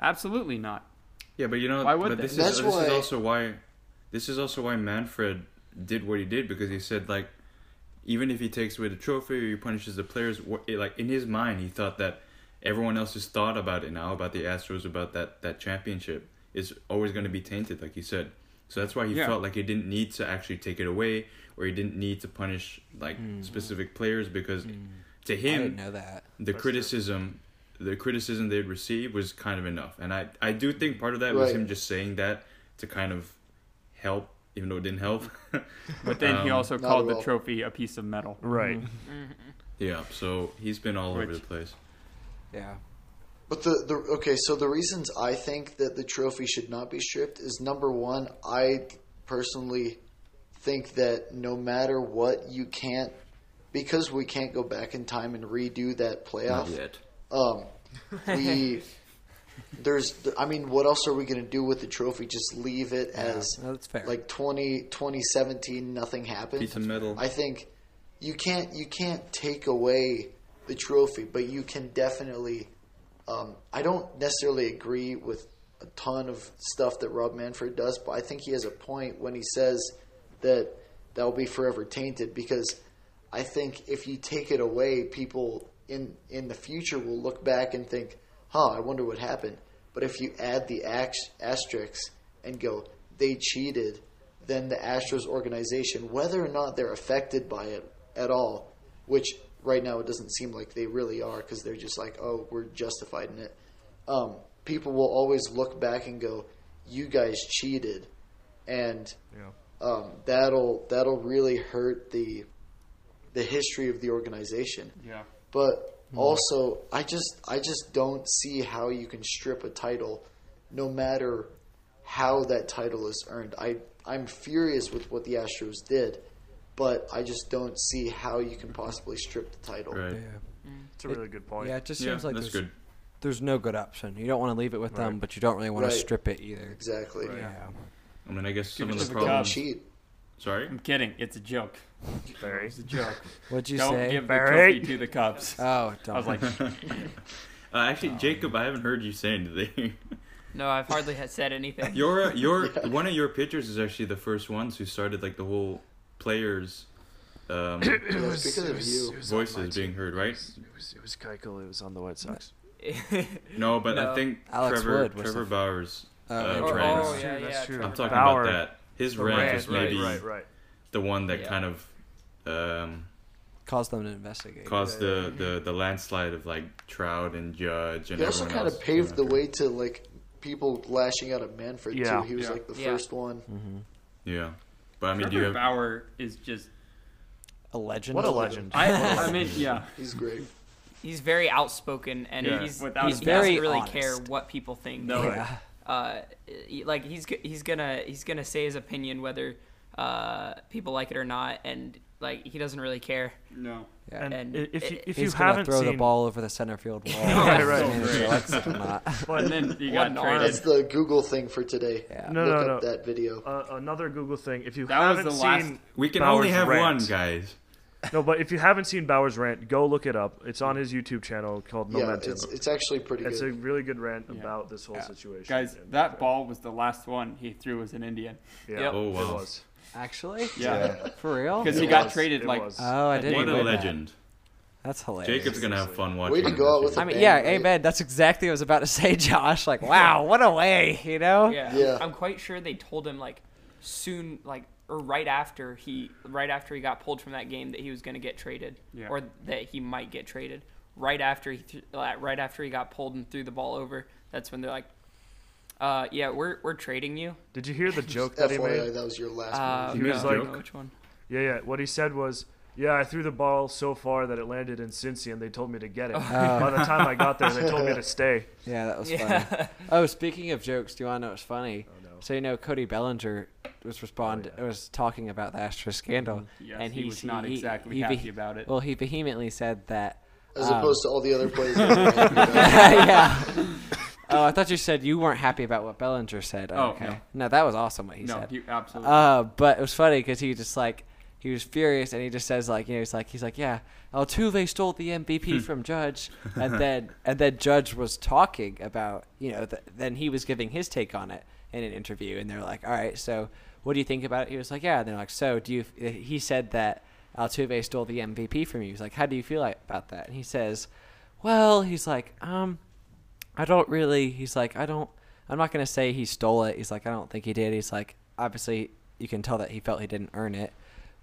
S2: Absolutely not.
S4: Yeah, but you know,
S2: Why would
S4: but
S2: they?
S4: this
S10: That's
S4: is this
S10: why-
S4: is also why this is also why Manfred did what he did because he said like even if he takes away the trophy or he punishes the players, wha- it- like in his mind he thought that everyone else's thought about it now about the Astros about that that championship is always going to be tainted, like you said. So that's why he
S2: Yeah.
S4: felt like he didn't need to actually take it away or he didn't need to punish like
S2: Hmm.
S4: specific players because to
S7: I
S4: him
S7: didn't know that.
S4: the criticism the criticism they'd receive was kind of enough and i i do think part of that was
S10: Right.
S4: him just saying that to kind of help even though it didn't help *laughs*
S10: *laughs*
S2: But then he
S4: Um,
S2: also
S10: Not at
S2: called the
S10: all.
S2: trophy a piece of metal.
S1: Right.
S4: yeah so he's been all over
S2: Which-
S4: the place
S7: Yeah.
S10: but the, the okay, so the reasons I think that the trophy should not be stripped is number one, I personally think that no matter what, you can't because we can't go back in time and redo that playoff.
S7: *laughs*
S10: Um, we there's I mean, what else are we going to do with the trophy? Just leave it as
S7: No, that's fair.
S10: like 20, 2017 nothing happened
S4: piece of metal
S10: i think you can't you can't take away the trophy but you can definitely um, i don't necessarily agree with a ton of stuff that rob manfred does but i think he has a point when he says that that will be forever tainted because i think if you take it away people in in the future will look back and think huh i wonder what happened but if you add the ax- asterisks and go they cheated than the Astros organization, whether or not they're affected by it at all, which right now it doesn't seem like they really are because they're just like, oh, we're justified in it. Um, people will always look back and go, you guys cheated, and um, that'll that'll really hurt the the history of the organization.
S2: Yeah.
S10: But
S4: Hmm.
S10: also, I just I just don't see how you can strip a title, no matter how that title is earned. I I'm furious with what the Astros did, but I just don't see how you can possibly strip the title.
S4: right
S1: It's a really good point.
S7: Yeah, it just
S4: yeah
S7: seems like
S4: that's
S7: there's
S4: good
S7: there's no good option. You don't want to leave it with them, but you don't really want
S10: Right.
S7: to strip it either.
S10: Exactly. Right.
S7: Yeah.
S4: I mean, I guess some
S2: Give
S4: of
S2: it
S4: the
S2: to the
S4: problems.
S2: Cubs.
S10: Cheat.
S2: *laughs*
S4: Sorry. *laughs*
S2: I'm kidding. It's a joke.
S1: Barry.
S2: It's a joke.
S7: What'd you
S2: Don't
S7: say?
S2: give
S1: Barry?
S2: the trophy to the Cubs.
S7: Oh,
S2: *laughs* I was like,
S4: uh, actually, Jacob, I haven't heard you say anything. *laughs*
S11: No, I've hardly had said anything. *laughs*
S4: your uh, your one of your pitchers is actually the first ones who started like the whole players.
S2: *coughs*
S4: Um,
S1: *clears throat* It
S10: was- because of you.
S1: it was on my
S4: voices being heard, right?
S1: team. It was, it was Keuchel. It was on the White Sox.
S4: No, but I
S11: No.
S4: think
S7: Alex
S4: Trevor
S7: Wood was
S4: Trevor
S7: the-
S4: Bowers.
S7: Oh,
S4: uh,
S7: yeah.
S11: Oh,
S4: trans.
S11: oh, yeah, yeah.
S1: That's true.
S4: I'm talking
S1: Bauer.
S4: about that. His
S1: The
S4: rant
S1: rant,
S4: is
S1: right,
S4: maybe
S1: right, right.
S4: the one that
S11: Yeah.
S4: kind of um,
S7: *laughs* Cause them to investigate.
S4: caused the, the, the landslide of like Trout and Judge and
S10: He also
S4: everyone
S10: kind of
S4: else
S10: paved the
S4: going
S10: way to like people lashing out at Manfred
S1: Yeah.
S10: too. He was
S2: Yeah.
S10: like the
S11: Yeah.
S10: first one.
S4: Hmm. after. Yeah, but I mean, do you
S2: Trevor
S4: have
S2: Bauer is just.
S7: a legend.
S1: What a legend.
S2: I, I mean, yeah.
S10: He's great.
S11: He's very outspoken, and
S2: Yeah.
S11: he's,
S2: Without
S11: he's
S2: a
S11: he
S7: doubt.
S11: doesn't
S7: Very
S11: really
S7: honest.
S11: care what people think.
S2: No.
S7: Yeah.
S11: Uh, he- like he's g- he's gonna he's gonna say his opinion whether uh, people like it or not, and like he doesn't really care.
S2: No.
S7: Yeah.
S1: And,
S11: And
S1: i- if you,
S11: it-
S1: if you
S7: He's gonna
S1: haven't
S7: throw
S1: seen,
S7: the ball over the center field
S1: *laughs*
S7: wall.
S1: Right, right.
S7: I mean, if you like it or not.
S2: And then you got
S11: One
S10: That's
S2: traded.
S10: the Google thing for today.
S1: No,
S10: Look
S1: no,
S10: up
S1: no.
S10: that video.
S1: uh, another Google thing, if you
S2: That was
S1: haven't
S2: the last-
S1: seen,
S4: We can
S1: Bauer's
S4: only have
S1: rant.
S4: one, guys.
S1: No, but if you haven't seen Bauer's rant, go look it up. It's on his YouTube channel called
S10: yeah,
S1: Momentum.
S10: it's, it's actually pretty
S1: It's a
S10: good.
S1: really good rant about this whole situation.
S2: Guys,
S1: And-
S2: that ball was the last one he threw as an Indian.
S1: Yeah,
S11: Yep.
S4: Oh, wow.
S1: it was.
S7: Actually,
S2: Yeah.
S7: for real.
S2: Because he
S10: It
S2: got
S10: was.
S2: traded
S1: It
S2: like. uh,
S1: was.
S7: Oh, I
S2: What
S7: didn't.
S4: What
S7: know
S4: a
S7: that.
S4: legend!
S7: That's hilarious.
S4: Jacob's gonna have fun watching.
S10: Way to go out
S4: this.
S10: with a
S7: I mean,
S10: bang,
S7: yeah,
S10: right?
S7: amen. That's exactly what I was about to say, *laughs* Josh. Like, wow, what a way, you know?
S11: Yeah,
S10: Yeah.
S11: I'm quite sure they told him like soon, like or right after he right after he got pulled from that game that he was going to get traded,
S2: Yeah.
S11: or that he might get traded. Right after he th- right after he got pulled and threw the ball over, that's when they're like, uh, "Yeah, we're we're trading you."
S1: Did you
S10: *laughs*
S1: hear the joke that he
S10: FYI,
S1: made?
S10: that was your last
S11: Uh,
S1: He was
S11: I don't
S1: like-
S11: know which one?
S1: Yeah, yeah. What he said was, "Yeah, I threw the ball so far that it landed in Cincy, and they told me to get it. By the time I got there, they told me to stay."
S7: Yeah, that was
S11: Yeah.
S7: funny. Oh, speaking of jokes, do you want to know what's funny?
S2: Oh,
S1: no.
S7: So you know, Cody Bellinger was respond was talking about the Astro scandal,
S2: Mm-hmm. Yes,
S7: and
S2: he was not exactly
S7: ve-
S2: happy about it.
S7: Well, he vehemently said that. *laughs*
S10: movie, as
S7: um,
S10: opposed to all the
S9: *laughs*
S10: other plays. that were made.
S7: yeah. Oh, I thought you said you weren't happy about what Bellinger said.
S2: Oh,
S7: okay.
S2: no.
S7: no. that was awesome what he
S2: No,
S7: said.
S2: you absolutely.
S7: Uh, but it was funny because he just like he was furious and he just says like you know he's like he's like yeah Altuve stole the MVP from Judge and then and then Judge was talking about you know th- then he was giving his take on it in an interview and they're like all right so what do you think about it he was like yeah and they're like so do you f-" he said that Altuve stole the MVP from you he was like how do you feel like, about that and he says well he's like um I don't really. He's like, I don't. I'm not gonna say he stole it. He's like, I don't think he did. He's like, obviously, you can tell that he felt he didn't earn it.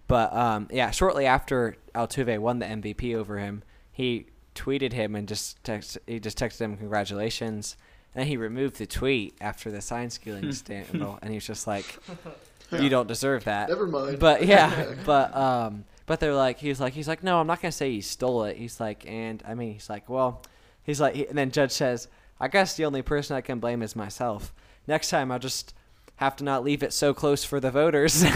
S7: But um, yeah, shortly after Altuve won the MVP over him, he tweeted him and just text. He just texted him congratulations. And then he removed the tweet after the sign stealing scandal, and he was just
S10: *laughs*
S7: like, "You don't deserve that."
S10: Never mind.
S7: But
S10: *laughs*
S7: yeah, but um, but they're like, he's like, he's like, no, I'm not gonna say he stole it. He's like, and I mean, he's like, well, he's like, and then Judge says, I guess the only person I can blame is myself. Next time, I'll just have to not leave it so close for the voters. *laughs* so,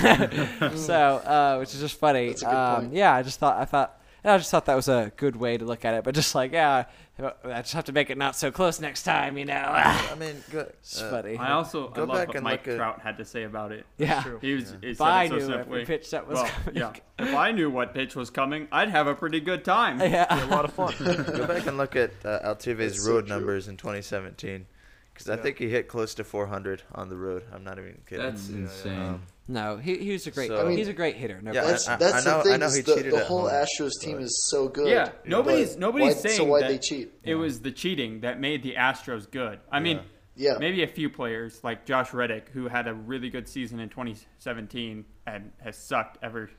S7: uh, which is just funny.
S10: That's a good
S7: um,
S10: point.
S7: Yeah, I just thought, I thought, and I just thought that was a good way to look at it. But just like, yeah, I just have to make it not so close next time, you know. *laughs*
S9: I mean, go,
S7: it's
S9: uh,
S7: funny.
S2: I also I
S9: Go
S2: love
S9: back
S2: what
S9: and
S2: Mike
S9: look at-
S2: Trout had to say about it.
S7: yeah.
S2: He was he said it
S7: If I
S2: so
S7: knew
S2: simply.
S7: every pitch that was
S2: Well,
S7: coming.
S2: yeah. If I knew what pitch was coming, I'd have a pretty good
S7: *laughs*
S2: time.
S7: *laughs* Yeah.
S1: A lot of
S9: *laughs*
S1: fun.
S9: go back and look at uh, Altuve's
S10: That's so
S9: road
S10: true.
S9: numbers in 2017, because I think he hit close to 400 on the road. I'm not even kidding.
S8: That's insane.
S9: Um,
S7: No, he, he was a great.
S9: So- I
S10: mean-
S7: he's a great hitter. No
S9: Yeah,
S7: question.
S10: that's
S9: I- I-
S10: that's
S9: I know-
S10: the
S9: I
S10: thing.
S9: know
S10: is
S9: he
S10: the,
S9: cheated
S10: the
S9: at
S10: whole
S9: home,
S10: Astros team
S9: but-
S10: is so good.
S2: Yeah,
S10: but
S2: nobody's nobody's
S10: why,
S2: saying
S10: so. Why
S2: that
S10: they cheat?
S2: it was the cheating that made the Astros good. I mean,
S10: Yeah,
S2: maybe a few players like Josh Reddick, who had a really good season in 2017 and has sucked ever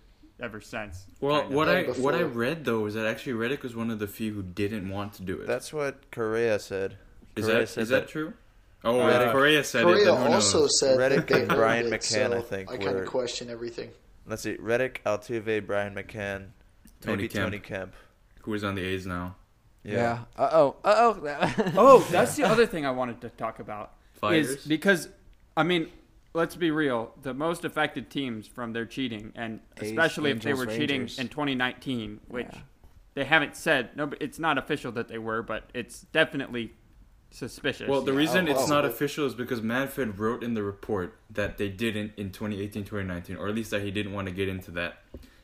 S2: ever since.
S4: Well,
S2: kinda.
S4: what I
S10: And
S4: what I
S10: before-
S4: read though is that actually Reddick was one of the few who didn't want to do it.
S9: That's what Correa said.
S4: is
S9: Correa
S4: that
S9: said
S4: is that true? Oh,
S9: Reddick-
S4: if Correa said it.
S10: Correa
S4: Then who
S10: also
S4: knows?
S10: said that
S9: Reddick
S10: they
S9: and Brian
S10: earned it,
S9: McCann,
S10: so
S9: I think,
S10: I kind
S9: were-
S10: of question everything.
S9: Let's see. Reddick, Altuve, Brian McCann,
S4: Tony
S9: maybe
S4: Kemp.
S9: Tony Kemp.
S4: Who is on the A's now?
S7: Yeah. Uh oh. *laughs* Uh oh.
S2: Oh, *laughs* that's
S4: *laughs*
S2: the other thing I wanted to talk about. Is
S4: Fighters?
S2: because, I mean, let's be real. The most affected teams from their cheating, and
S7: A's,
S2: especially if they
S7: Angels,
S2: were
S7: Rangers.
S2: cheating in 2019, which
S7: Yeah.
S2: they haven't said. No, but it's not official that they were, but it's definitely suspicious.
S4: Well, the reason it's not official is because Manfred wrote in the report that they didn't in 2018, 2019, or at least that he didn't want to get into that.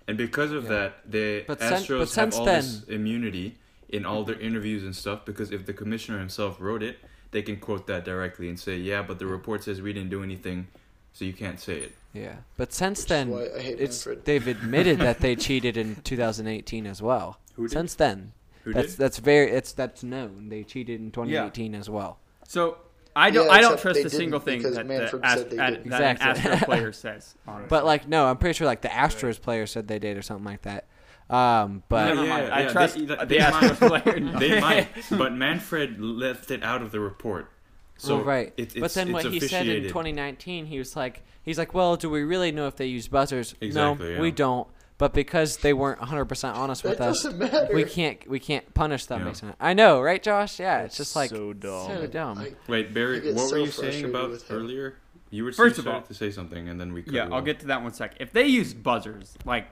S4: And because of
S7: Yeah.
S4: that, the
S7: But sen- but
S4: Astros have
S7: since
S4: all
S7: then-
S4: this immunity in all their interviews and stuff because if the commissioner himself wrote it, they can quote that directly and say, "Yeah, but the report says we didn't do anything, so you can't say it."
S7: Yeah, but since
S10: Which is
S7: then,
S10: why I hate
S7: it's
S10: Manfred.
S7: they've admitted that
S10: *laughs*
S7: they cheated in 2018 as well.
S4: Who did?
S7: Since then,
S4: Who
S7: that's
S4: did?
S7: that's very it's that's known. They cheated in 2018 as well.
S2: So I don't
S10: Yeah,
S2: I don't
S10: except
S2: trust
S10: they
S2: a single
S10: didn't
S2: thing
S10: because
S2: that, the
S10: Manfred
S2: Ast-
S10: said they
S2: that,
S10: didn't.
S2: that an
S7: Exactly. *laughs*
S2: Astro player says. honestly.
S7: But like, no, I'm pretty sure like the Astros player said they did or something like that. Um, but
S2: No, no,
S4: yeah,
S2: mind. Uh, I
S4: yeah,
S2: trust
S4: they,
S2: the
S4: they
S2: Astros
S4: might,
S2: player.
S4: *laughs*
S2: *laughs*
S4: They might, but Manfred left it out of the report. So
S7: Well, right.
S4: it- it's,
S7: but then
S4: it's
S7: what he said in
S4: officiated.
S7: 2019, he was like, he's like, well, do we really know if they use buzzers? no,
S4: Exactly, yeah.
S7: we don't. But because they weren't 100% honest
S10: That
S7: with us,
S10: doesn't matter.
S7: we can't we can't punish them
S4: Yeah.
S7: based on it. I know, right, Josh? Yeah, it's,
S1: It's
S7: just like
S1: so dumb.
S7: so dumb.
S10: I-
S4: Wait,
S10: I
S4: Barry,
S10: get
S4: what
S10: so
S4: were you
S10: frustrated
S4: saying about
S10: with him.
S4: earlier? You were
S2: First
S4: you
S2: of all-
S4: started to say something, and then we.
S2: yeah,
S4: cut you
S2: I'll
S4: off.
S2: get to that one second. If they use buzzers, like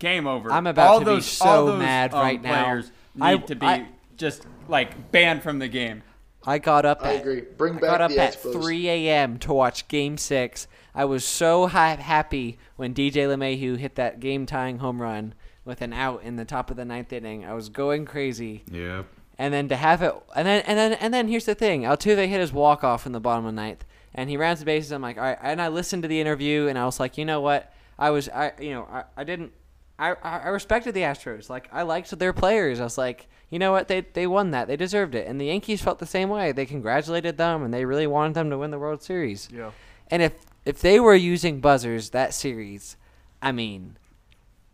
S2: game over.
S7: I'm about
S2: all
S7: to be
S2: those,
S7: so
S2: all those,
S7: mad
S2: um,
S7: right now.
S2: Players need
S7: I-
S2: to be
S7: I-
S2: just like banned from the game.
S7: I got up.
S10: I
S7: at,
S10: agree. Bring
S7: I
S10: back
S7: got up
S10: the
S7: at
S10: Expos.
S7: 3 a.m. to watch Game Six. I was so hi- happy when DJ LeMahieu hit that game-tying home run with an out in the top of the ninth inning. I was going crazy.
S4: Yep.
S7: And then to have it, and then and then and then here's the thing: Altuve hit his walk off in the bottom of the ninth, and he rounds the bases. I'm like, all right. And I listened to the interview, and I was like, you know what? I was, I, you know, I, I didn't, I, I I respected the Astros. Like I liked their players. I was like, you know what? They they won that. They deserved it. And the Yankees felt the same way. They congratulated them, and they really wanted them to win the World Series.
S1: Yeah.
S7: And if if they were using buzzers that series, I mean,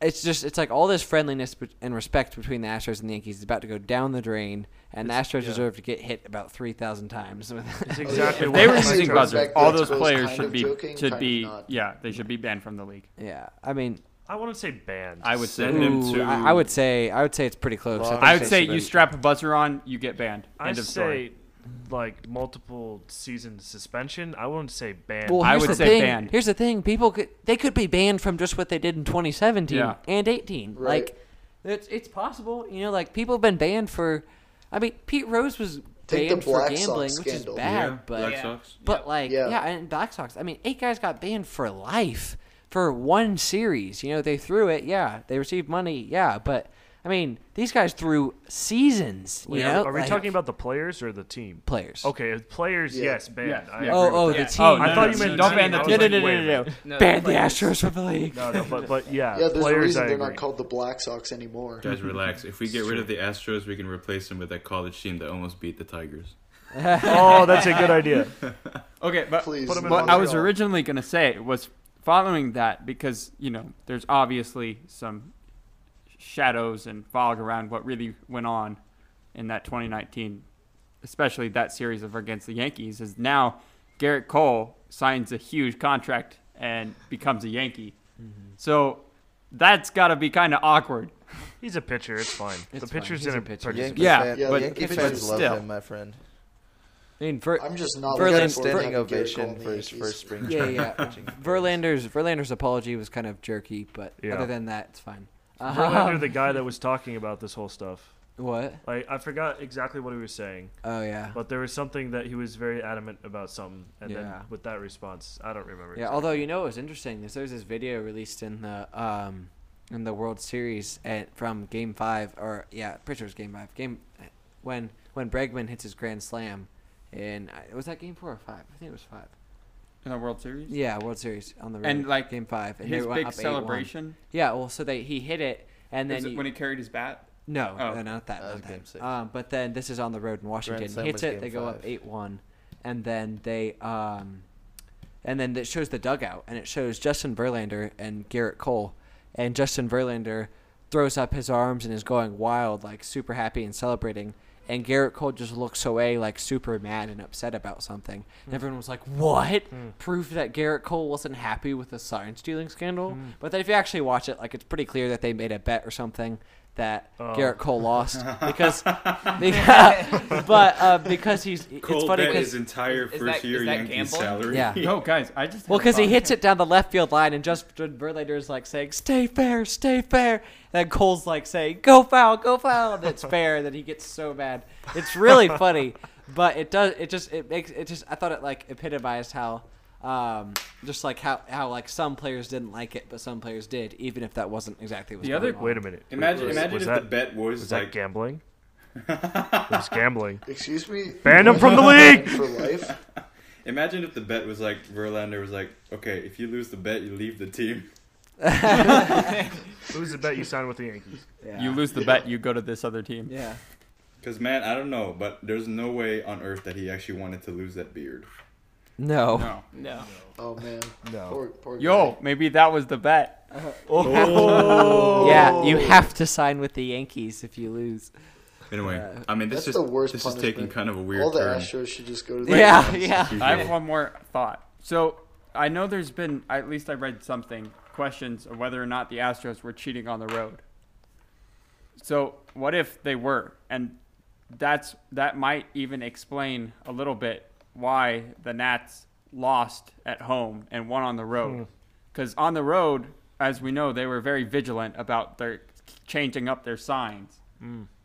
S7: it's just it's like all this friendliness bet- and respect between the Astros and the Yankees is about to go down the drain, and the Astros deserve to get hit about three thousand times. with- *laughs*
S1: exactly
S2: If
S10: If
S1: what
S2: they
S1: I
S2: were
S1: was
S2: using
S1: trying
S10: Astros
S1: to-
S2: buzzers,
S10: back
S2: all
S10: then
S2: those
S10: was
S2: players
S10: kind
S2: should
S10: of
S2: be
S10: joking,
S2: should
S10: kind
S2: be
S10: of not.
S2: yeah they should be banned from the league.
S7: yeah, I mean,
S1: I wouldn't say banned.
S2: I would say
S4: Send him
S7: ooh,
S4: to-
S7: I, I would say I would say it's pretty close.
S10: Well,
S7: think
S2: I would
S7: they
S2: say
S7: should've-
S2: you strap a buzzer on, you get banned.
S1: I
S2: End
S1: say
S2: of story.
S1: like multiple season suspension. I wouldn't say banned.
S7: Well,
S2: I
S7: here's
S2: would
S7: the
S2: say
S7: thing.
S2: banned.
S7: Here's the thing: people could they could be banned from just what they did in 2017
S2: Yeah.
S7: and 18.
S10: Right.
S7: Like, it's it's possible. You know, like people have been banned for. I mean, Pete Rose was
S10: Take the
S7: banned for
S10: Black Sox
S7: gambling, which is
S10: scandal.
S7: bad,
S4: Oh, Yeah,
S7: but
S4: Black
S11: Yeah.
S4: Sox.
S7: But like,
S10: Yeah.
S7: yeah. and Black Sox. I mean, eight guys got banned for life for one series. You know, they threw it. Yeah, they received money. Yeah, but I mean, these guys threw seasons. You
S1: Are-
S7: know,
S1: are we
S7: like,
S1: talking about the players or the team?
S7: players?
S1: Okay, if players,
S10: Yeah.
S1: yes, banned.
S2: Yes,
S1: I
S2: yeah.
S1: agree
S7: Oh,
S1: with
S7: oh,
S1: that.
S7: the
S11: Yeah.
S7: team.
S2: Oh,
S1: I
S2: no,
S1: thought
S2: no,
S1: you
S2: no,
S1: meant
S2: don't
S1: team.
S2: ban the
S1: I was
S7: No,
S2: team.
S7: no,
S1: like,
S7: no,
S1: wait
S7: no,
S1: a
S7: no,
S1: minute.
S7: no.
S11: No,
S7: Ban the
S11: players.
S7: Astros from the league.
S1: No, no, but but yeah,
S10: Yeah, there's a
S1: players.
S10: reason
S1: I
S10: they're
S1: agree.
S10: not called the Black Sox anymore.
S4: *laughs* Guys, relax. If we get rid of the Astros, we can replace them with that college team that almost beat the Tigers.
S1: oh, that's a good idea.
S2: Okay, but
S10: Please,
S1: Put 'em in
S2: what I was
S10: Montreal.
S2: originally going to say was following that because, you know, there's obviously some shadows and fog around what really went on in that 2019, especially that series of against the Yankees, is now Garrett Cole signs a huge contract and becomes a Yankee.
S7: Mm-hmm.
S2: So that's got to be kind of awkward.
S1: He's a pitcher. It's fine. the
S7: It's fine,
S1: pitcher's
S7: he's
S1: in
S7: a
S1: a
S7: pitcher.
S1: participant.
S2: Yeah,
S9: fan,
S10: yeah,
S2: but,
S10: the
S9: Yankee
S10: Yankees
S2: but
S9: fans
S2: still,
S9: love him, my friend.
S7: I mean, for, *laughs*
S10: I'm just not
S7: Verlander-
S10: looking
S9: Verlander,
S10: forward to
S9: standing
S10: having Garrett Cole
S9: ovation
S10: on the
S9: for his
S10: Yankees.
S9: first spring
S7: yeah,
S9: training.
S7: yeah. Verlander's Verlander's apology was kind of jerky, but
S1: Yeah.
S7: other than that, it's fine.
S1: Verlander,
S7: Um,
S1: the guy that was talking about this whole stuff.
S7: what?
S1: Like I forgot exactly what he was saying,
S7: Oh yeah,
S1: but there was something that he was very adamant about something, and then
S7: Yeah.
S1: with that response, I don't remember.
S7: yeah. Although you know, it was interesting. There's, there's this video released in the um in the World Series at from Game Five, or yeah, pretty sure it was Game Five. Game when when Bregman hits his grand slam, and I, was that Game Four or Five? I think it was Five.
S2: in the World Series.
S7: Yeah, World Series on the road.
S2: And, like,
S7: Game Five, and
S2: His
S7: they went
S2: big
S7: up 8-1.
S2: celebration
S7: Yeah, well, so they he hit it, and then
S2: is
S7: you-
S2: when he carried his bat.
S7: No,
S2: Oh.
S7: no, not that.
S9: That was
S7: Not
S9: game
S7: that.
S9: six.
S7: Um, but then this is on the road in Washington.
S9: Slam
S7: Hits
S9: was
S7: it,
S9: game
S7: they go up
S9: five.
S7: eight one, and then they um, and then it shows the dugout, and it shows Justin Verlander and Garrett Cole, and Justin Verlander throws up his arms and is going wild, like super happy and celebrating. And Garrett Cole just looks away, like super mad and upset about something. And everyone was like, "What? Proof that Garrett Cole wasn't happy with the sign stealing scandal?" But then if you actually watch it, like it's pretty clear that they made a bet or something that
S1: Oh.
S7: Garrett Cole lost because, *laughs* beca- but uh, because he's it's
S4: Cole
S7: funny
S4: bet his
S7: because
S4: entire
S11: is- is
S4: first
S11: that-
S4: year
S11: is that
S4: Yankees
S11: gambling?
S4: salary.
S7: Yeah.
S2: Oh, guys, I just
S7: well
S2: had a
S7: because he
S2: thought.
S7: hits it down the left field line and Justin Verlander is like saying stay fair, stay fair, and then
S1: *laughs*
S7: Cole's like saying go foul, go foul, and it's fair, and then he gets so mad. It's really funny. but it does. It just it makes it just. I thought it like epitomized how, um, just like how how like some players didn't like it, but some players did, even if that wasn't exactly what.
S1: The
S7: was
S1: other-
S7: going on.
S1: wait a minute.
S4: *laughs* Imagine,
S1: Was-
S4: imagine
S1: was
S4: if
S1: that-
S4: the bet was,
S1: was
S4: like
S1: that
S4: *laughs*
S1: gambling? it was gambling.
S10: Excuse me.
S1: Ban him from the league.
S10: *laughs* For life.
S4: Imagine if the bet was like Verlander was like, okay, if you lose the bet, you leave the team. *laughs*
S1: Lose the bet you sign with the Yankees.
S2: You lose the bet, you go to this other team.
S7: Yeah.
S4: Because man, I don't know, but there's no way on earth that he actually wanted to lose that beard.
S7: No.
S2: No.
S11: No.
S10: Oh man.
S1: No.
S10: Poor, poor
S2: Yo, maybe that was the bet.
S4: Oh.
S7: Yeah, you have to sign with the Yankees if you lose.
S4: Anyway, I mean,
S10: That's
S4: this
S10: the
S4: is
S10: worst
S4: this is
S10: punishment.
S4: taking kind of a weird
S10: All the
S4: turn.
S10: Astros should just go to
S1: *laughs*
S10: the
S7: Yeah,
S10: Yankees.
S7: yeah.
S4: Excuse
S2: I
S4: me.
S2: have one more thought. So I know there's been at least I read something questions of whether or not the Astros were cheating on the road. So what if they were? And that's that might even explain a little bit why the Nats lost at home and won on the road. Because on the road, as we know, they were very vigilant about their changing up their signs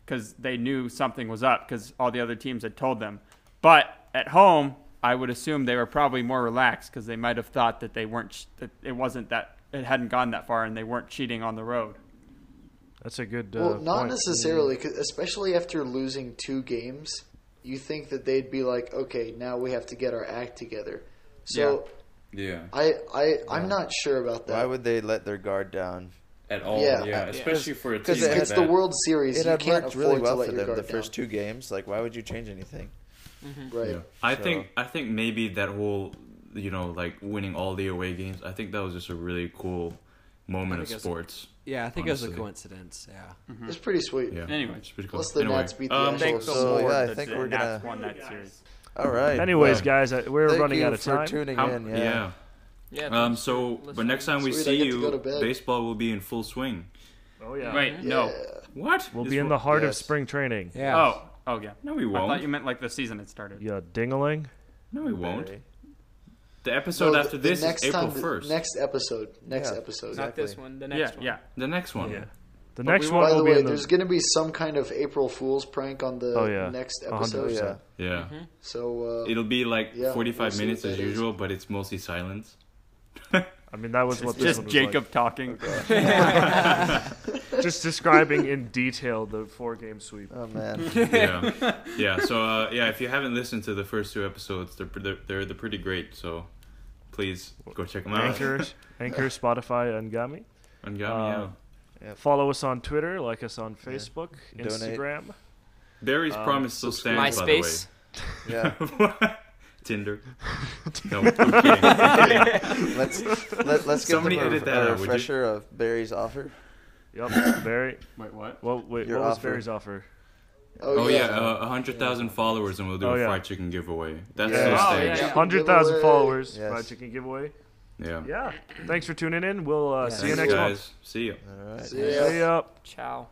S2: because they knew something was up because all the other teams had told them. But at home, I would assume they were probably more relaxed because they might have thought that they weren't that it wasn't that it hadn't gone that far and they weren't cheating on the road.
S1: That's a good. Uh,
S10: Well, not
S1: point.
S10: necessarily, 'cause especially after losing two games, you think that they'd be like, okay, now we have to get our act together. So
S4: Yeah,
S10: I, I, I'm not sure about that.
S9: Why would they let their guard down?
S4: at all.
S10: Yeah.
S4: Yeah,
S10: Yeah.
S4: especially for a team.
S9: 'Cause
S4: like
S10: it's the
S4: that.
S10: World Series.
S9: It
S10: you
S9: had
S10: can't
S9: worked
S10: afford
S9: really
S10: to
S9: well
S10: let
S9: for
S10: your
S9: them
S10: guard
S9: the first
S10: down.
S9: two games. Like, why would you change anything?
S10: Right.
S4: Yeah. I
S9: So-
S4: think I think maybe that whole you know like winning all the away games. I think that was just a really cool moment
S7: I
S4: of
S7: think it's-
S4: sports.
S7: Yeah, I think it was a
S4: Honestly.
S7: coincidence.
S1: Mm-hmm.
S7: Yeah.
S10: It's pretty sweet.
S4: Yeah.
S2: Anyway.
S4: it's pretty cool.
S10: Plus the
S4: anyway,
S10: Nats beat the
S4: um,
S10: Astros.
S2: Thanks
S10: So,
S2: the Lord
S9: yeah, I
S2: that
S9: think
S2: the
S9: we're
S2: Nats
S9: gonna-
S2: won that series.
S9: All right.
S1: Anyways,
S9: well,
S1: guys, I, we're
S9: thank
S1: running
S9: you
S1: out of
S9: for
S1: time.
S9: tuning
S4: how-
S9: in. Yeah.
S4: yeah.
S11: Yeah.
S4: Um.
S11: thanks for
S4: So, but
S11: listening.
S4: next time we
S10: Sweet, I
S4: see
S10: get to go to
S4: you,
S10: bed.
S4: baseball will be in full swing.
S1: Oh yeah.
S2: Wait, no.
S4: What?
S1: We'll
S4: It's
S1: be in
S4: fu-
S1: the heart of
S9: Yes.
S1: spring training.
S7: Yeah.
S2: Oh, oh yeah.
S4: No, we
S2: I thought
S4: won't.
S2: you meant like the season had started.
S1: Yeah, dingaling.
S4: No, we won't.
S9: Very.
S4: The episode
S10: No,
S4: after
S10: the- the
S4: this
S10: next
S4: is April
S10: time- the
S4: first.
S10: Next episode. Next
S9: Yeah.
S10: episode.
S11: Not this
S9: Exactly.
S11: one. The
S2: Yeah,
S11: next one.
S2: yeah.
S4: The next one.
S1: Yeah. The
S2: But
S1: next
S2: we
S1: one
S2: won't-
S10: By
S1: will
S10: the
S1: be
S10: way,
S1: in
S10: there's
S1: the.
S10: going to be some kind of April Fool's prank on the
S1: Oh, yeah.
S10: next
S1: A hundred
S9: Oh,
S10: episode.
S9: yeah.
S4: Yeah.
S10: So uh,
S4: It'll be like
S10: Yeah, we'll
S4: 45
S10: see
S4: minutes
S10: what
S4: as
S10: that is.
S4: usual, but it's mostly silence.
S1: I mean, that was what this
S2: Just
S1: one was
S2: Jacob talking.
S1: like. Just describing in detail the four game sweep.
S9: Oh man.
S4: *laughs*
S1: *laughs*
S4: yeah, yeah. So uh, yeah, if you haven't listened to the first two episodes, they're they're they're, they're pretty great. So please go check them out.
S1: Anchor, Anchor, Spotify, and Gami.
S4: *laughs* And yeah, yeah.
S1: Um, Follow us on Twitter. Like us on Facebook,
S9: Donate.
S1: Instagram.
S4: Barry's
S1: um,
S4: promise still stands.
S11: MySpace.
S9: Yeah.
S4: By the way. *laughs* Tinder. No, I'm
S1: *laughs*
S4: kidding. I'm kidding.
S9: Let's let, let's give
S4: Somebody
S9: them a,
S4: edit that
S9: a
S4: out, would you?
S9: refresher of Barry's offer.
S1: Yep. Barry.
S2: Wait, what?
S1: Well, wait.
S9: Your
S1: what was
S9: offer.
S1: Barry's offer?
S4: Oh yeah, uh, a hundred thousand followers, and we'll do
S1: Oh,
S4: a
S1: yeah.
S4: fried chicken giveaway. That's
S1: Yeah.
S4: still
S1: Oh,
S4: staying.
S11: yeah.
S1: Hundred thousand
S10: Giveaway.
S1: followers.
S9: Yes.
S1: Fried chicken giveaway.
S4: Yeah.
S1: Yeah. Thanks for tuning in. We'll uh, see you
S4: Thanks,
S1: next
S4: guys.
S1: month.
S4: See you.
S9: All right.
S10: See ya.
S1: See ya.
S11: Ciao.